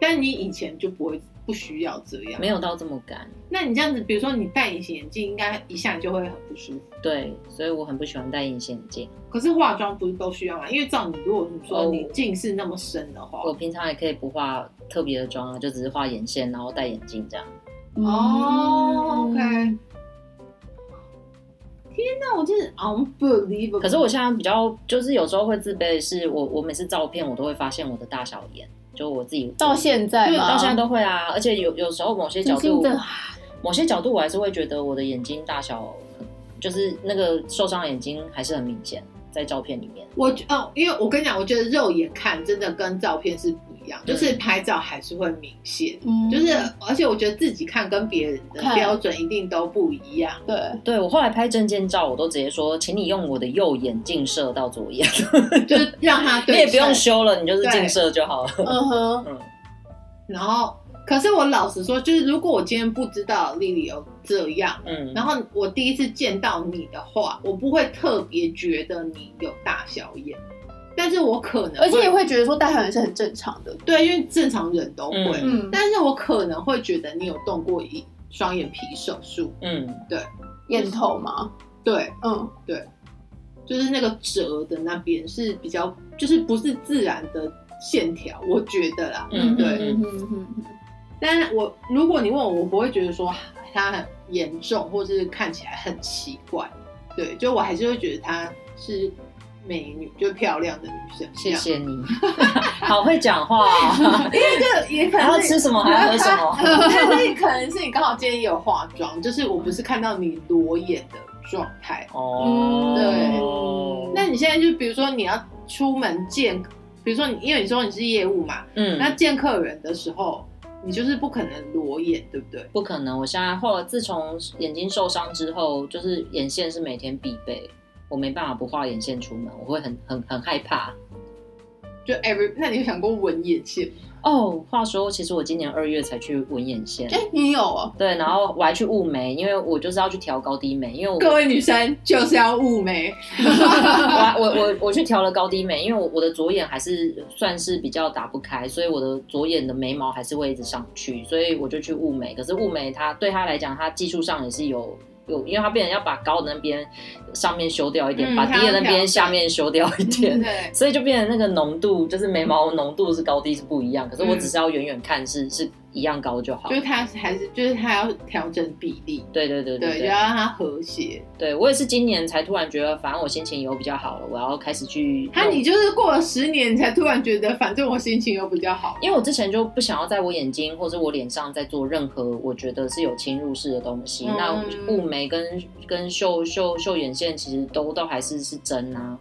S3: 但你以前就不会不需要这样
S4: 没。有到这么干。
S3: 那你这样子，比如说你戴隐形眼镜，应该一下就会很不舒服。
S4: 对，所以我很不喜欢戴隐形眼镜。
S3: 可是化妆不是都需要吗？因为照你如果你说
S4: 哦
S3: 你近视那么深的话，
S4: 我平常也可以不化特别的妆啊，就只是画眼线，然后戴眼镜这样。嗯
S3: 哦，OK。天哪，我真是 unbelievable。
S4: 可是我现在比较就是有时候会自卑的是，我我每次照片我都会发现我的大小眼，就我自己
S2: 到现在
S4: 对
S2: 吗
S4: 到现在都会啊，而且有有时候某些角
S2: 真心
S4: 度
S2: 的，
S4: 某些角度我还是会觉得我的眼睛大小，就是那个受伤的眼睛还是很明显在照片里面。
S3: 我觉哦，因为我跟你讲，我觉得肉眼看真的跟照片是不一样，
S4: 对
S3: 就是拍照还是会明显，
S2: 嗯
S3: 就是而且我觉得自己看跟别人的
S2: 看
S3: 标准一定都不一样。
S2: 对，
S4: 对我后来拍证件照，我都直接说，请你用我的右眼镜射到左眼，
S3: 就是让他
S4: 你
S3: 对
S4: 也不用
S3: 称
S4: 修了，你就是
S3: 对
S4: 镜射 就好了。
S2: 嗯哼，
S4: 嗯，
S3: 然后，可是我老实说，就是如果我今天不知道丽丽有这样，
S4: 嗯，
S3: 然后我第一次见到你的话，我不会特别觉得你有大小眼，但是我可能
S2: 而且也会觉得说戴小眼是很正常的，
S3: 对，因为正常人都会，
S4: 嗯
S2: 嗯，
S3: 但是我可能会觉得你有动过一双眼皮手术，
S4: 嗯，
S2: 眼头嘛，
S3: 对，
S2: 嗯，
S3: 就是那个折的那边是比较，就是不是自然的线条，我觉得啦。
S4: 嗯
S3: 对
S2: 嗯哼嗯哼嗯哼
S3: 但是我如果你问我，我不会觉得说啊它很严重，或是看起来很奇怪，对，就我还是会觉得她是美女，就漂亮的女生。
S4: 谢，谢你， 好会讲话、 哦，
S3: 因为这也可
S4: 还要
S3: 能
S4: 吃
S3: 是。
S4: 什么，还要喝什 么？
S3: 但是呃可能是你刚好今天也有化妆，就是我不是看到你裸眼的状态，
S4: 哦，
S2: 嗯对
S3: 那你现在就比如说你要出门见，比如说你因为你说你是业务嘛，
S4: 嗯，
S3: 那
S4: 那
S3: 见客人的时候，你就是不可能裸眼，对不对？
S4: 不可能。我现在后来自从眼睛受伤之后，就是眼线是每天必备，我没办法不画眼线出门，我会很很很害怕。
S3: 就 every，那你有想过纹眼线吗？
S4: 哦，话说，其实我今年二月才去纹眼线。
S2: 哎，你有哦，
S4: 对，然后我还去雾眉，因为我就是要去调高低眉，因为我
S3: 各位女生就是要雾眉，
S4: 我还 我我我去调了高低眉，因为我我的左眼还是算是比较打不开，所以我的左眼的眉毛还是会一直上去，所以我就去雾眉。可是雾眉它对它来讲，它技术上也是有有，因为它变成要把高的那边上面修掉一点，
S3: 嗯
S4: 把低的那
S3: 它要调嗯
S4: 边下面修掉一 点。
S3: 对，
S4: 所以就变成那个浓度，就是眉毛浓度是高低是不一样，可是我只是要远远看是、是一样高就好
S3: 嗯就。是他还是就是他要调整比例，
S4: 对对对
S3: 对，
S4: 对
S3: 就要让它和谐。
S4: 对我也是今年才突然觉得，反正我心情有比较好了，我要开始去。
S3: 他你就是过了十年，你才突然觉得，反正我心情又比较好。
S4: 因为我之前就不想要在我眼睛或者我脸上再做任何我觉得是有侵入式的东西。
S3: 嗯
S4: 那雾眉跟跟秀秀秀眼线其实都都还是是真啊，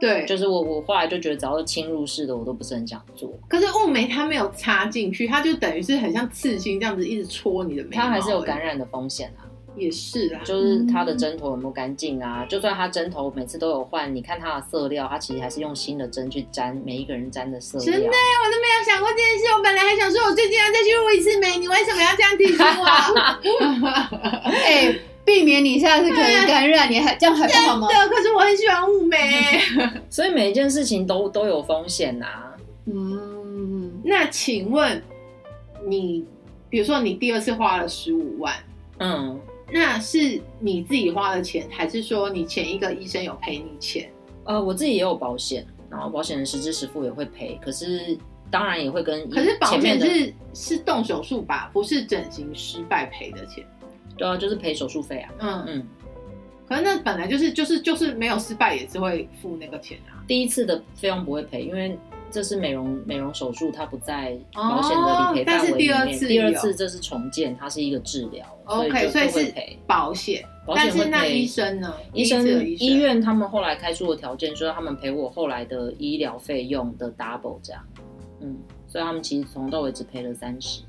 S3: 对，
S4: 就是我我后来就觉得只要是侵入式的我都不是很想做，
S3: 可是雾眉它没有插进去，它就等于是很像刺青这样子一直戳你的眉毛欸
S4: 它还是有感，染的风险啊。
S3: 也是啦。
S4: 就是它的针头有没有干净啊？就算它针头每次都有换，你看它的色料，它其实还是用新的针去粘每一个人粘的色
S3: 真的欸，
S4: 料。啊
S3: 我都没有想过这件事。我本来还想说，我最近要再去雾一次眉，你为什么要这样提醒我？
S2: 哎、避免你下次可能感染，你还这样还不好吗？
S3: 对，可是我很喜欢雾眉。
S4: 所以每一件事情都都有风险啊。
S2: 嗯，
S3: 那请问你，比如说你第二次花了十五万，
S4: 嗯，
S3: 那是你自己花的钱，还是说你前一个医生有赔你钱？
S4: 呃，我自己也有保险，然后保险人实支实付也会赔，可是当然也会跟
S3: 可是保
S4: 嗯前
S3: 险
S4: 面的
S3: 是是动手术吧，不是整形失败赔的钱。
S4: 对啊，就是赔手术费啊。
S3: 嗯，
S4: 嗯，
S3: 可是那本来就是就是就是没有失败也是会付那个钱啊。
S4: 第一次的费用不会赔，因为这是美容美容手术，它不在保险的理
S3: 哦
S4: 赔范围里面。
S3: 但是第二次
S4: 第二
S3: 有
S4: 次这是重建，它是一个治疗
S3: OK，所
S4: 所
S3: 以
S4: 以就就是会赔。
S3: 保险，
S4: 保
S3: 但
S4: 险会
S3: 是
S4: 赔。
S3: 那医生呢？第
S4: 医
S3: 一次
S4: 生
S3: 的医生
S4: 医院他们后来开出的条件，就是他们赔我后来的医疗费用的 double 这样，嗯，所以他们其实从头到尾只赔了三十。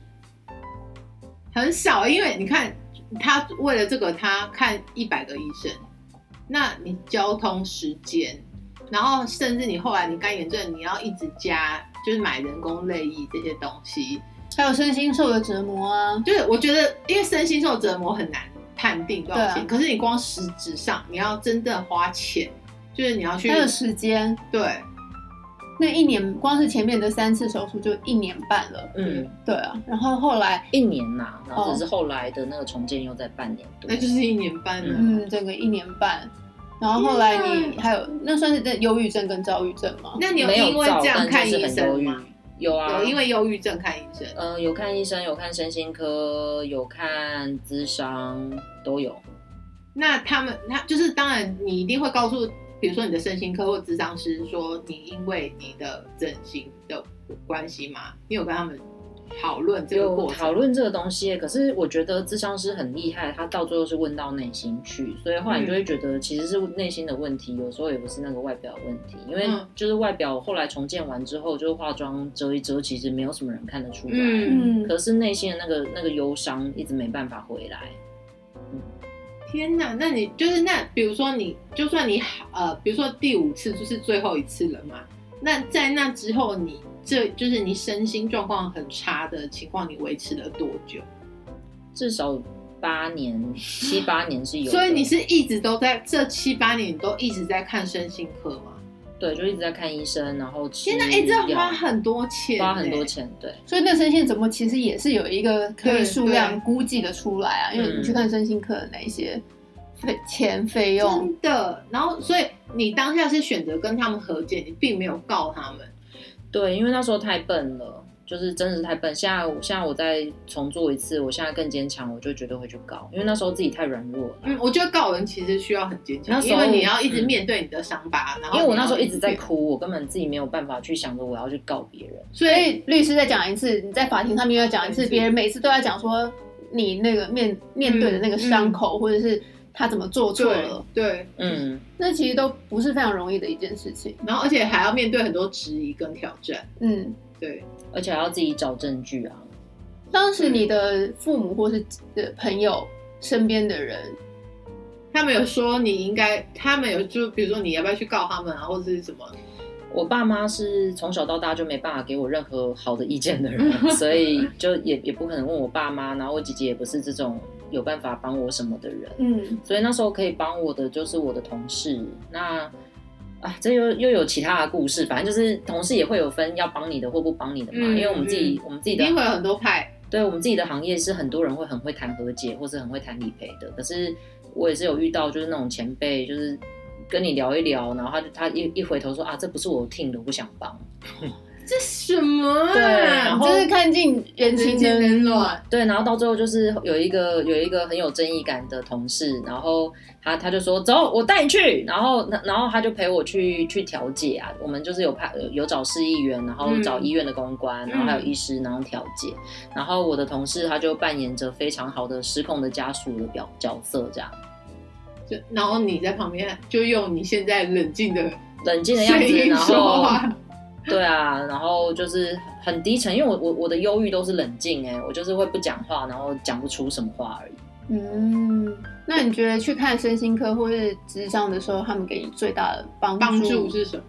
S3: 很少，因为你看他为了这个，他看一百个医生，那你交通时间，然后甚至你后来你干炎症，你要一直加，就是买人工泪液这些东西，
S2: 还有身心受的折磨啊，
S3: 就是我觉得因为身心受折磨很难判定多少钱，
S2: 对啊
S3: 可是你光实质上你要真正花钱，就是你要去
S2: 还有时间，
S3: 对，
S2: 那一年光是前面的三次手术就一年半了，
S4: 嗯，
S2: 对啊，然后后来，
S4: 一年呐、然后
S2: 哦
S4: 只是后来的那个重建又在半年多，
S3: 那就是一年半了。
S2: 嗯，整个一年半，然后后来你还有那算是这忧郁症跟躁郁症吗？
S3: 那你有
S4: 没
S3: 因
S4: 有
S3: 为
S4: 照
S3: 这样
S4: 但
S3: 看
S4: 就是
S3: 医
S4: 很
S3: 生
S4: 忧郁
S3: 吗？。
S4: 有啊，
S3: 有因为忧郁症看医生，
S4: 呃有看医生，有看身心科，有看咨商，都有。
S3: 那他们，他就是当然，你一定会告诉，比如说你的身心科或咨商师说，你因为你的整形的关系嘛，你有跟他们讨论这个
S4: 有
S3: 过
S4: 讨
S3: 程？
S4: 论这个东西耶，可是我觉得智商师很厉害，他到最后是问到内心去，所以后来你
S3: 嗯
S4: 就会觉得其实是内心的问题，有时候也不是那个外表的问题，因为
S3: 嗯
S4: 就是外表后来重建完之后，就是化妆遮一遮，其实没有什么人看得出来，
S3: 嗯，
S2: 嗯，
S4: 可是内心的那个那个忧伤一直没办法回来。
S3: 天哪，那你就是那，比如说你，就算你呃，比如说第五次就是最后一次了嘛，那在那之后你，这就是你身心状况很差的情况，你维持了多久？
S4: 至少八年、七八年是有的，
S3: 所以你是一直都在这七八年，你都一直在看身心科吗？
S4: 对，就一直在看医生，然后吃
S3: 天哪，哎、这花很多钱、欸
S4: 花很多。钱，对。
S2: 所以那身心折磨其实也是有一个可
S3: 对
S2: 以数量估计的出来啊，因为
S4: 嗯
S2: 你去看身心科的那一些费钱费用，
S3: 真的。然后，所以你当下是选择跟他们和解，你并没有告他们。
S4: 对，因为那时候太笨了，就是真的是太笨。现在我现在我再重做一次，我现在更坚强，我就绝对会去告，因为那时候自己太软弱了。
S3: 嗯，我觉得告人其实需要很坚
S4: 那
S3: 强，
S4: 时
S3: 因
S4: 候嗯
S3: 为你要一直面对你的伤疤。然后，
S4: 因为我那时候一直在，哭，我根本自己没有办法去想着我要去告别人。
S3: 所
S2: 所
S3: 以
S2: 以律师再讲一次，你在法庭上面要讲一
S3: 对
S2: 次，
S3: 是
S2: 别人每次都要讲说你那个面面对的那个伤口，或者是他怎么做错
S3: 对
S2: 了，
S3: 对，
S4: 嗯，
S2: 那其实都不是非常容易的一件事情。
S3: 然后而且还要面对很多质疑跟挑战。
S2: 嗯，
S3: 对，
S4: 而且还要自己找证据啊。
S2: 当时你的父母或是呃朋友身边的人，
S3: 他们有说你应该，他们有就比如说你要不要去告他们啊，或者是什么？
S4: 我爸妈是从小到大就没办法给我任何好的意见的人， 所以就也也不可能问我爸妈，然后我姐姐也不是这种有办法帮我什么的人。
S2: 嗯，
S4: 所以那时候可以帮我的就是我的同事。那啊，这又又有其他的故事，反正就是同事也会有分要帮你的或不帮你的嘛。
S3: 嗯
S4: 因为我们自己，我们自己
S3: 一
S4: 的
S3: 定，会有很多派。
S4: 对我们自己的行业是很多人会很会谈和解，或是很会谈理赔的。可是我也是有遇到，就是那种前辈，就是跟你聊一聊，然后他就他一一回头说啊，这不是我听的，我不想帮。
S3: 这什么啊？
S4: 对然后
S2: 就是嗯看尽人
S3: 人
S2: 情的
S3: 情冷暖，
S4: 对，然后到最后就是有一个有一个很有正义感的同事，然后他他就说走，我带你去，然后然后他就陪我去去调解啊，我们就是有派有找市议员，然后
S1: 嗯
S4: 找医院的公关，然后还有医师，然后调解，然后我的同事他就扮演着非常好的失控的家属的表角色，这样
S3: 就然后你在旁边就用你现在冷静的
S4: 冷静的样
S3: 声
S4: 子，
S3: 音
S4: 然
S3: 说
S4: 后
S3: 话，
S4: 对啊，然后就是很低沉，因为我我我的忧郁都是冷静哎、我就是会不讲话，然后讲不出什么话而已。
S2: 嗯，那你觉得去看身心科或是智商的时候，他们给你最大的帮
S3: 帮助是什么？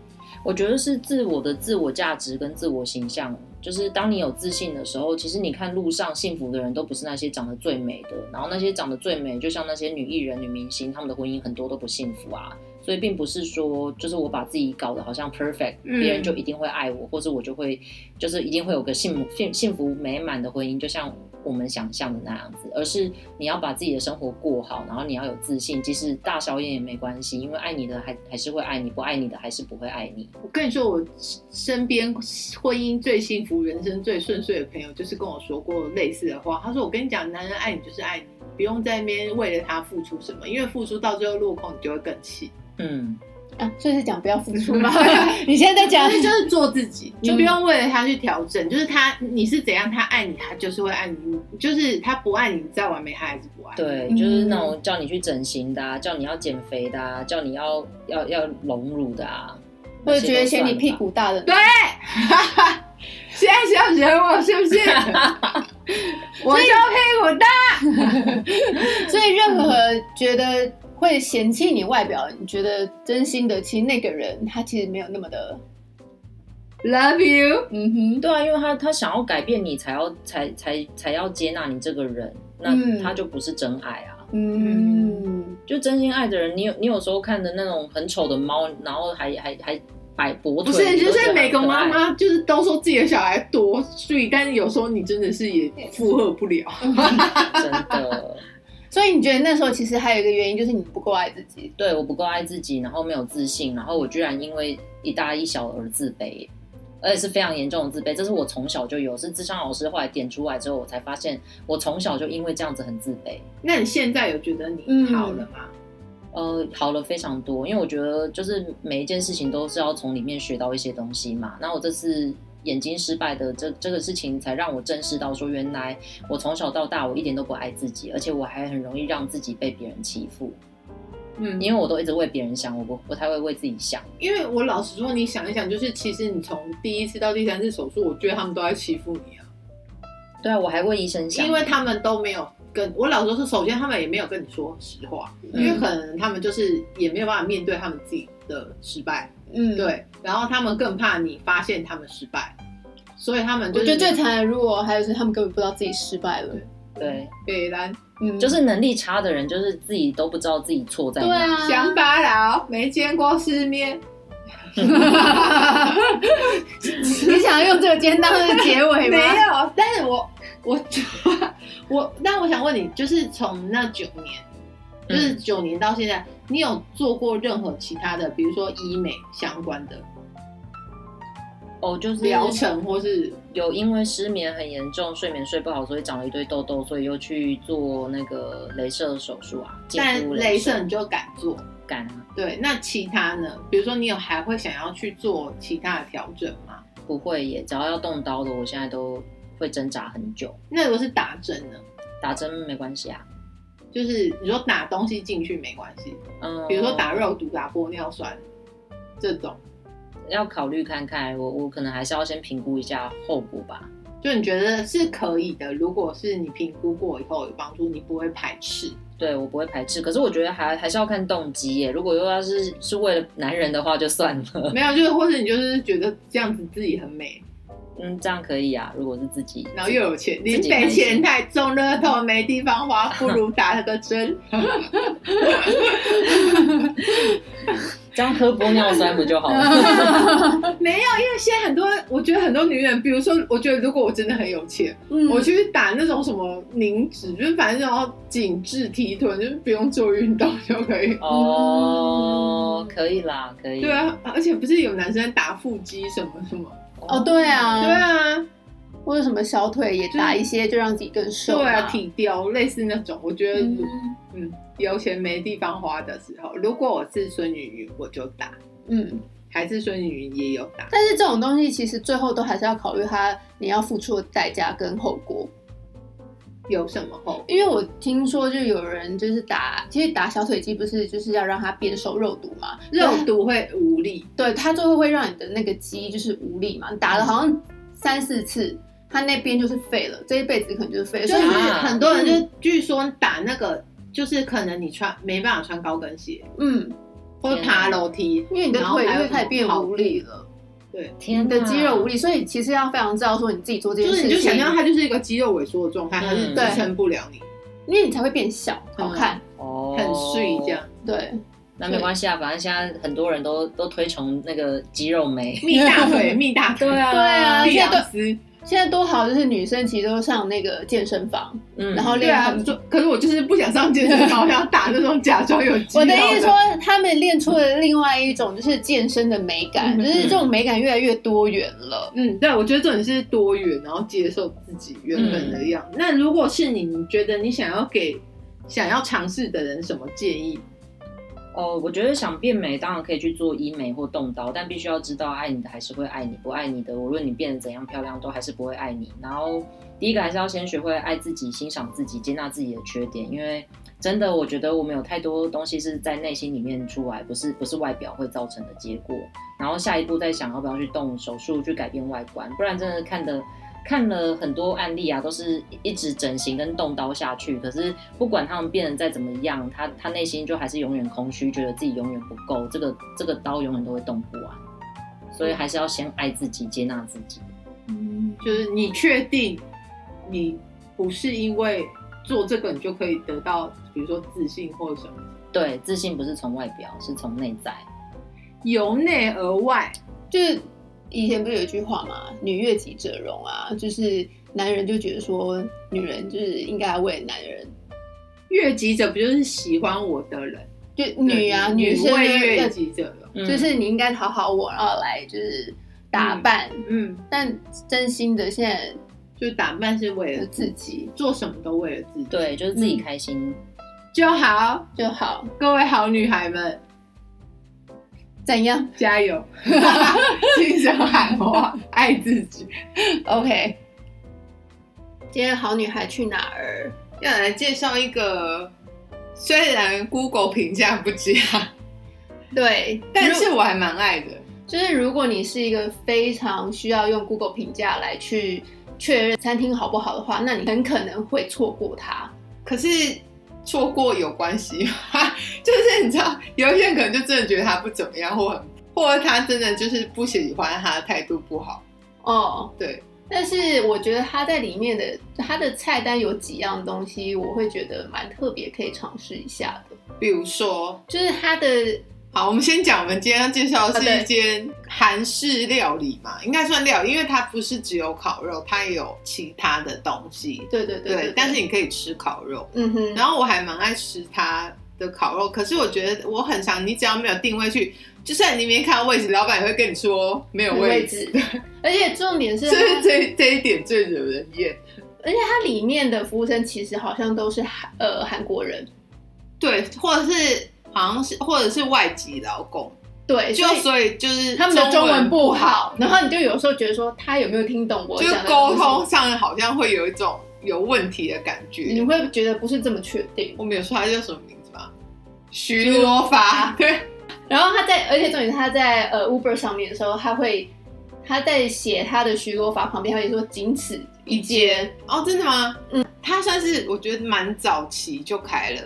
S4: 我觉得是自我的自我价值跟自我形象，就是当你有自信的时候，其实你看路上幸福的人都不是那些长得最美的，然后那些长得最美，就像那些女艺人、女明星，她们的婚姻很多都不幸福啊。所以并不是说，就是我把自己搞得好像 perfect，别、
S1: 嗯
S4: 人就一定会爱我，或者我就会，就是一定会有个幸福幸幸福美满的婚姻，就像我们想象的那样子。而是你要把自己的生活过好，然后你要有自信，即使大小眼也没关系，因为爱你的还还是会爱你，不爱你的还是不会爱你。
S3: 我跟你说，我身边婚姻最幸福、人生最顺遂的朋友，就是跟我说过类似的话。他说：“我跟你讲，男人爱你就是爱你，不用在那边为了他付出什么，因为付出到最后落空，你就会更气。
S4: 嗯。
S2: 啊，所以是讲不要付出 吗？你现在在讲
S3: 但，是就是做自己，
S2: 嗯
S3: 就不用为了他去调整。就是他你是怎样，他爱你，他就是会爱你；就是他不爱你，你再完美，他还是不爱你。
S4: 对，
S2: 嗯
S4: 就是那种叫你去整形的、啊，叫你要减肥的、啊，叫你要要要隆乳的啊，
S2: 或者
S4: 那些
S2: 觉得
S4: 都
S2: 嫌
S4: 算
S2: 你
S4: 了
S2: 屁
S4: 吧，
S2: 股大的，
S3: 对啊现在想学我是不是？我就屁股大。
S2: 所以任何觉得会嫌弃你外表，你觉得真心的，其实那个人他其实没有那么的，
S3: Love you。
S2: 嗯哼，
S4: 对啊，因为他他想要改变你，才要才才才要接纳你这个人，
S2: 嗯
S4: 那他就不是真爱啊。
S2: 嗯，
S4: 就真心爱的人，你有你有时候看的那种很丑的猫，然后还还还摆脖
S3: 不
S4: 腿，
S3: 是，
S4: 你都
S3: 就
S4: 觉得
S3: 是
S4: 很
S3: 每个
S4: 可
S3: 妈
S4: 爱
S3: 妈就是都说自己的小孩多睡，但是有时候你真的是也负荷不了。
S4: 真的，
S2: 所以你觉得那时候其实还有一个原因就是你不够爱自己，
S4: 对我不够爱自己，然后没有自信，然后我居然因为一大一小而自卑，而且是非常严重的自卑。这是我从小就有，是智商老师后来点出来之后，我才发现我从小就因为这样子很自卑。
S3: 那你现在有觉得你好了吗？
S4: 呃，好了非常多，因为我觉得就是每一件事情都是要从里面学到一些东西嘛。那我这次眼睛失败的这这个事情，才让我正视到说，原来我从小到大我一点都不爱自己，而且我还很容易让自己被别人欺负，
S3: 嗯，
S4: 因为我都一直为别人想，我不不太会为自己想。
S3: 因为我老实说，你想一想，就是其实你从第一次到第三次手术，我觉得他们都在欺负你啊，
S4: 对啊，我还问医生想，
S3: 因为他们都没有跟我老实说，首先他们也没有跟你说实话，
S4: 嗯
S3: 因为可能他们就是也没有办法面对他们自己的失败，
S2: 嗯，。
S3: 对，然后他们更怕你发现他们失败，所以他们就
S2: 我
S3: 是
S2: 觉得最惨的，如果还有是他们根本不知道自己失败了，
S4: 对，
S3: 北兰
S2: 嗯，
S4: 就是能力差的人，就是自己都不知道自己错在
S2: 对
S4: 哪。
S2: 啊，
S3: 乡巴佬没见过世面，
S2: 你想用这个今天当做结尾
S3: 没
S2: 吗？
S3: 有。但是我我 我，那我想问你，就是从那九年，就
S4: 嗯
S3: 是九年到现在，你有做过任何其他的，比如说医美相关的
S4: 哦，就是
S3: 疗程，或是嗯
S4: 有因为失眠很严重，睡眠睡不好，所以长了一堆痘痘，所以又去做那个镭射手术啊，进
S3: 但
S4: 肤
S3: 镭
S4: 射
S3: 射你就敢做？
S4: 感啊，
S3: 对，那其他呢？比如说你有还会想要去做其他的调整吗？
S4: 不会耶，只要要动刀的，我现在都会挣扎很久。
S3: 那如果是打针呢？
S4: 打针没关系啊，
S3: 就是你说打东西进去没关系，
S4: 嗯，
S3: 比如说打肉毒、打玻尿酸这种，
S4: 要考虑看看，我我可能还是要先评估一下后果吧。
S3: 就你觉得是可以的。如果是你评估过以后有帮助，你不会排斥。
S4: 对我不会排斥，可是我觉得还还是要看动机耶。如果又要是是为了男人的话，就算了，
S3: 没有，就是或者你就是觉得这样子自己很美，
S4: 嗯，这样可以啊。如果是自己，
S3: 然后又有钱，
S4: 己
S3: 林北钱太中乐透没地方花，不如打个针。
S4: 这样喝玻尿酸不就好
S2: 嗯
S4: 了？
S3: 没有，因为现在很多，我觉得很多女人，比如说，我觉得如果我真的很有钱，
S2: 嗯
S3: 我去打那种什么凝脂，就是反正然后紧致提臀，就是不用做运动就可以。
S4: 哦，可以啦，可以。
S2: 啊
S4: 嗯
S3: 对啊，而且不是有男生打腹肌什么什么，
S2: 哦，对啊，
S3: 对，啊，
S2: 或者什么小腿也打一些，就让自己更瘦
S3: 对
S2: 嘛。
S3: 啊，体雕类似那种，我觉得
S4: 嗯
S3: 嗯，有钱没地方花的时候，如果我是孙女云，我就打，
S2: 嗯，
S3: 还是孙女云也有打，
S2: 但是这种东西其实最后都还是要考虑它你要付出的代价跟后果。
S3: 有什么后
S2: 因为我听说就有人就是打，其实打小腿肌不是就是要让它变瘦肉毒嘛，
S3: 肉毒会无力，
S2: 对它最后会让你的那个肌就是无力嘛，你打了好像三四次，它那边就是废了，这一辈子可能就是废了。
S3: 就
S2: 所以
S3: 是
S4: 啊
S3: 很多人就据说打那个，就是可能你穿没办法穿高跟鞋，
S2: 嗯，
S3: 或者爬楼梯，
S2: 因为你的
S3: 然后还
S2: 腿
S3: 有
S2: 因为它也变
S3: 跑
S2: 无力了，
S4: 天
S2: 你的肌肉无
S4: 力，
S2: 力，所以其实要非常知道说你自己做这件
S3: 就
S2: 事
S3: 是
S2: 情，
S3: 你就想象它就是一个肌肉萎缩的状态，它是
S4: 嗯
S3: 支撑不了你，
S2: 因为你才会变小
S3: 嗯
S2: 好看。
S4: 哦
S3: 很碎这样。。
S2: 对，
S4: 那没关系啊，反正现在很多人都都推崇那个肌肉美。
S3: 蜜大 腿，蜜大腿，
S4: 对啊
S2: 对啊，
S3: 碧
S2: 现在
S3: 昂
S2: 都
S3: 斯，
S2: 现在多好，就是女生其实都上那个健身房，
S4: 嗯，
S2: 然后
S3: 对
S2: 练
S3: 啊，
S2: 很
S3: 就可是我就是不想上健身房，我想打那种假装有肌肉。
S2: 我的意思说，，他们练出了另外一种就是健身的美感，
S3: 嗯
S2: 就是这种美感越来越多元了。
S3: 嗯，对，我觉得这种是多元，然后接受自己原本
S2: 嗯
S3: 的样子。那如果是你，你觉得你想要给想要尝试的人什么建议？
S4: 哦，我觉得想变美，当然可以去做医美或动刀，但必须要知道，爱你的还是会爱你，不爱你的，无论你变得怎样漂亮，都还是不会爱你。然后，第一个还是要先学会爱自己、欣赏自己、接纳自己的缺点，因为真的，我觉得我们有太多东西是在内心里面出来，不是不是外表会造成的结果。然后下一步再想要不要去动手术去改变外观，不然真的看的。看了很多案例啊，都是一直整形跟动刀下去，可是不管他们变得再怎么样，他他内心就还是永远空虚，觉得自己永远不够，这个这个刀永远都会动不完，所以还是要先爱自己，接纳自己。
S2: 嗯，
S3: 就是你确定你不是因为做这个你就可以得到，比如说自信或者什么，
S4: 对，自信不是从外表，是从内在。
S3: 由内而外。
S2: 就是以前不是有一句话嘛，“女悦己者容”啊，就是男人就觉得说，女人就是应该要为男人，
S3: 越级者不就是喜欢我的人？
S2: 就女啊，
S3: 对
S2: 女生
S3: 为
S2: 就是
S3: 越
S2: 要
S3: 级者容。
S4: 嗯
S2: 就是你应该讨好我，然后来就是打扮。
S3: 嗯，
S2: 但真心的，现在
S3: 就打扮是为了自
S2: 自
S3: 己，做什么都为了自己，，
S4: 对，就是自己开心。
S3: 就好。
S2: 就好，
S3: 各位好女孩们，
S2: 怎样
S3: 加油！ 轻声喊话，爱自己。
S2: ？OK。今天好女孩去哪儿？
S3: 要来介绍一个，虽然 Google 评价不佳，
S2: 对，
S3: 但是我还蛮爱的。
S2: 就是如果你是一个非常需要用 Google 评价来去确认餐厅好不好的话，那你很可能会错过它。
S3: 可是错过有关系吗？ 就是你知道，有一些人可能就真的觉得他不怎么样，或很，或者他真的就是不喜欢他，态度不好。
S2: 哦，
S3: 对，
S2: 但是我觉得它在里面的它的菜单有几样东西，我会觉得蛮特别，可以尝试一下的。
S3: 比如说，
S2: 就是它的
S3: 好，我们先讲，我们今天要介绍的
S2: 啊
S3: 是
S2: 对
S3: 一间韩式料理嘛，应该算料理，因为它不是只有烤肉，它也有其他的东西。
S2: 对对
S3: 对，
S2: 对对，
S3: 但是你可以吃烤肉，
S2: 嗯哼，
S3: 然后我还蛮爱吃它的烤肉，可是我觉得我很常，你只要没有定位去，就算你没看到位置，老板也会跟你说没有位
S2: 位
S3: 置， 啊
S2: 置，而且重点是
S3: 所以
S2: 它，
S3: 这这一点最惹人厌。
S2: 而且它里面的服务生其实好像都是韩呃韩国人，
S3: 对，或者是好像是或者是外籍劳工，
S2: 对，
S3: 就
S2: 所以
S3: 所以就是
S2: 他们的中文不
S3: 好。
S2: 好，然后你就有时候觉得说他有没有听懂我
S3: 就
S2: 讲
S3: 是
S2: 的
S3: 沟
S2: 东
S3: 通
S2: 西，
S3: 上好像会有一种有问题的感觉。
S2: 你会觉得不是这么确定。
S3: 我们有说他叫什么名字吗？徐罗发， 对，
S2: 然后他在，而且重点是他在呃 Uber 上面的时候，他会他在写他的徐罗法旁边，他会说仅此一间，
S3: 哦，真的吗？嗯，他算是我觉得蛮早期就开了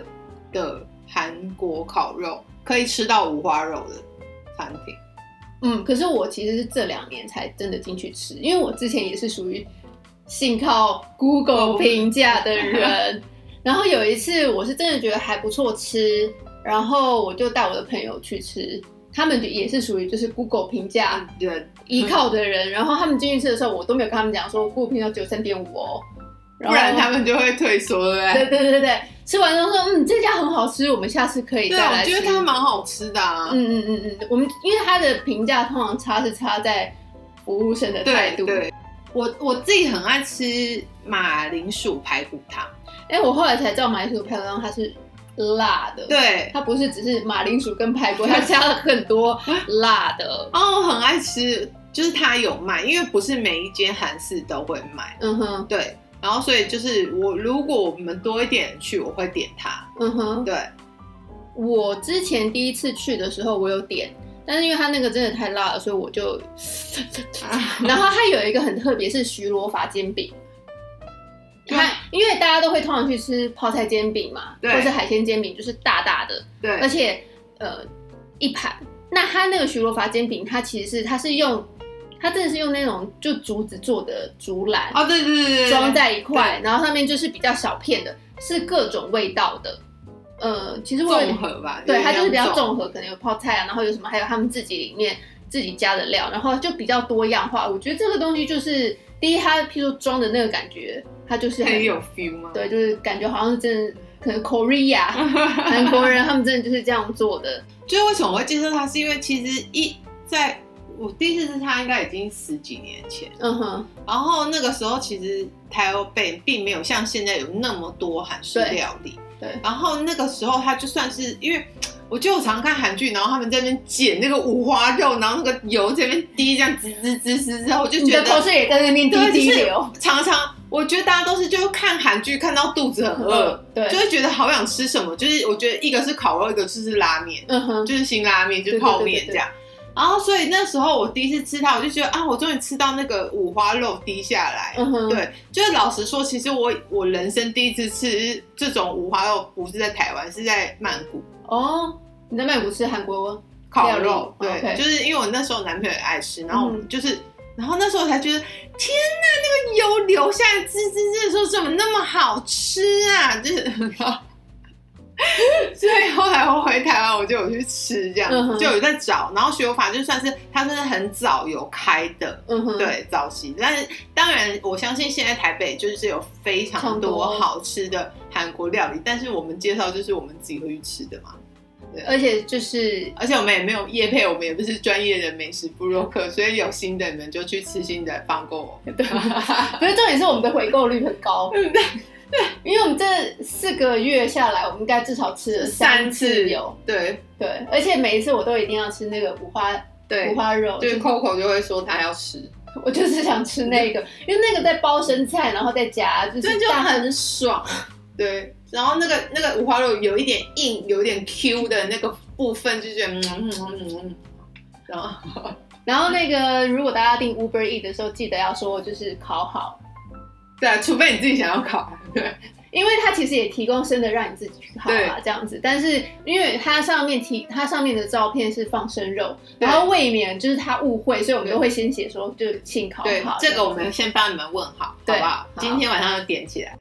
S3: 的韩国烤肉，可以吃到五花肉的餐厅。
S2: 嗯，可是我其实是这两年才真的进去吃，因为我之前也是属于信靠 Google 评价的人。然后有一次，我是真的觉得还不错吃，然后我就带我的朋友去吃，他们就也是属于就是 Google 评价
S3: 人
S2: 依靠的人。然后他们进去吃的时候，我都没有跟他们讲说 Google 评价只有三点五哦，
S3: 不然他
S2: 们
S3: 们就会退缩，对不
S2: 对
S3: 对？
S2: 对对对对，吃完之后说嗯这家很好吃，我们下次可以再
S3: 对啊，我
S2: 来吃。
S3: 觉得它蛮好吃的啊。
S2: 嗯嗯嗯嗯嗯，我们因为它的评价通常差是差在服务生的态
S3: 对
S2: 度。
S3: 对，我我自己很爱吃马铃薯排骨汤，
S2: 哎、我后来才知道马铃薯排骨汤它是辣的，，
S3: 对，
S2: 它不是只是马铃薯跟排骨，它加了很 多辣的。
S3: 哦，我很爱吃，就是它有卖，因为不是每一间韩式都会卖，
S2: 嗯哼，
S3: 对，然后所以就是我如果我们多一点人去，我会点它，
S2: 嗯 哼。
S3: 对，
S2: 我之前第一次去的时候，我有点，但是因为它那个真的太辣了，所以 我就。然后它有一个很特别，是徐罗法煎饼。它因为大家都会通常去吃泡菜煎饼嘛，
S3: 啊对
S2: 或是海鲜煎饼，就是大大的，而
S3: 对，
S2: 且呃一盘。那它那个徐罗法煎饼，它其实是它是用，它真的是用那种就竹子做的竹篮，
S3: 哦，对对对对，对
S2: 装在一块，然后上面就是比较小片的，是各种味道的。呃，其实我有
S3: 综合吧，
S2: 对，它就是比较
S3: 重，
S2: 综合，可能有泡菜啊，然后有什么，还有他们自己里面自己加的料，然后就比较多样化。我觉得这个东西就是第一，它譬如说装的那个感觉，它就是
S3: 很有 feel 吗？
S2: 对，就是感觉好像是真的，可 能 Korea 韩国人他们真的就是这样做的。
S3: 就是为什么我会接受它，是因为其实一在我第一次吃它，应该已经十几年前，
S2: 嗯哼，
S3: 然后那个时候其实台北并没有像现在有那么多韩式料理，
S2: 对对
S3: 然后那个时候它就算是因为。我就常看韩剧，然后他们在那边剪那个五花肉，然后那个油在那边滴，这样滋滋滋滋，然后我就
S2: 你
S3: 觉
S2: 的口
S3: 得
S2: 水也在那边滴
S3: 对，
S2: 滴
S3: 就是
S2: 流。
S3: 常常我觉得大家都是就看韩剧看到肚子很饿，
S2: 嗯，对
S3: 就，会觉得好想吃什么。就是我觉得一个是烤肉，一个就是拉面，
S2: 嗯哼，
S3: 就是辛拉面，就是泡面这样。然后，所以那时候我第一次吃它，我就觉得啊，我终于吃到那个五花肉滴下来。
S2: 嗯哼，
S3: 对，就是老实说，其实我我人生第一次吃这种五花肉，不是在台湾，是在曼谷
S2: 哦，你在曼谷吃韩国哦
S3: 烤
S2: 料
S3: 肉
S2: 理。哦
S3: 对
S2: OK
S3: 就是因为我那时候男朋友也爱吃，然后我们
S2: 嗯
S3: 就是，然后那时候我才觉得，天呐，那个油流下来，滋滋滋的时候怎么那么好吃啊？ 就是所以后来我回台湾，我就有去吃，这样、
S2: 嗯哼
S3: 就有在找。然后学法就算是它真的很早有开的，
S2: 嗯哼，，
S3: 对，早期。但是当然，我相信现在台北就是有非常
S2: 常
S3: 多
S2: 多
S3: 好吃的韩国料理，但是我们介绍就是我们自己会去吃的嘛。
S2: 而且就是
S3: 而且我们也没有业配，我们也不是专业的美食部落客，所以有新的你们就去吃新的，放过我们。
S2: 不是重点是我们的回购率很高，
S3: 嗯
S2: 因为我们这四个月下来，我们应该至少吃了
S3: 三次
S2: 次有，
S3: 对
S2: 对，而且每一次我都一定要吃那个五花
S3: 对
S2: 五，花肉，
S3: 就是
S2: 就是
S3: Coco 就会说他要吃，
S2: 我就是想吃那个，因为那个在包生菜，然后再夹，就是
S3: 这就
S2: 大
S3: 很 爽。对，然后那个那个五花肉有一点硬，有一点 Q 的那个部分，就觉得嗯嗯嗯嗯嗯，然后。
S2: 然后那个如果大家订 Uber E 的时候，记得要说就是烤好，
S3: 对啊，除非你自己想要烤。对
S2: 因为它其实也提供生的让你自己去烤啊，这样子。但是因为它上面提它上面的照片是放生肉，
S3: 对
S2: 然后未免就是他误会，所以我们都会先写说就请烤
S3: 对
S2: 好。，
S3: 这个我们先帮你们问好，好
S2: 对
S3: 不好？
S2: 好
S3: 今天晚上就点起来。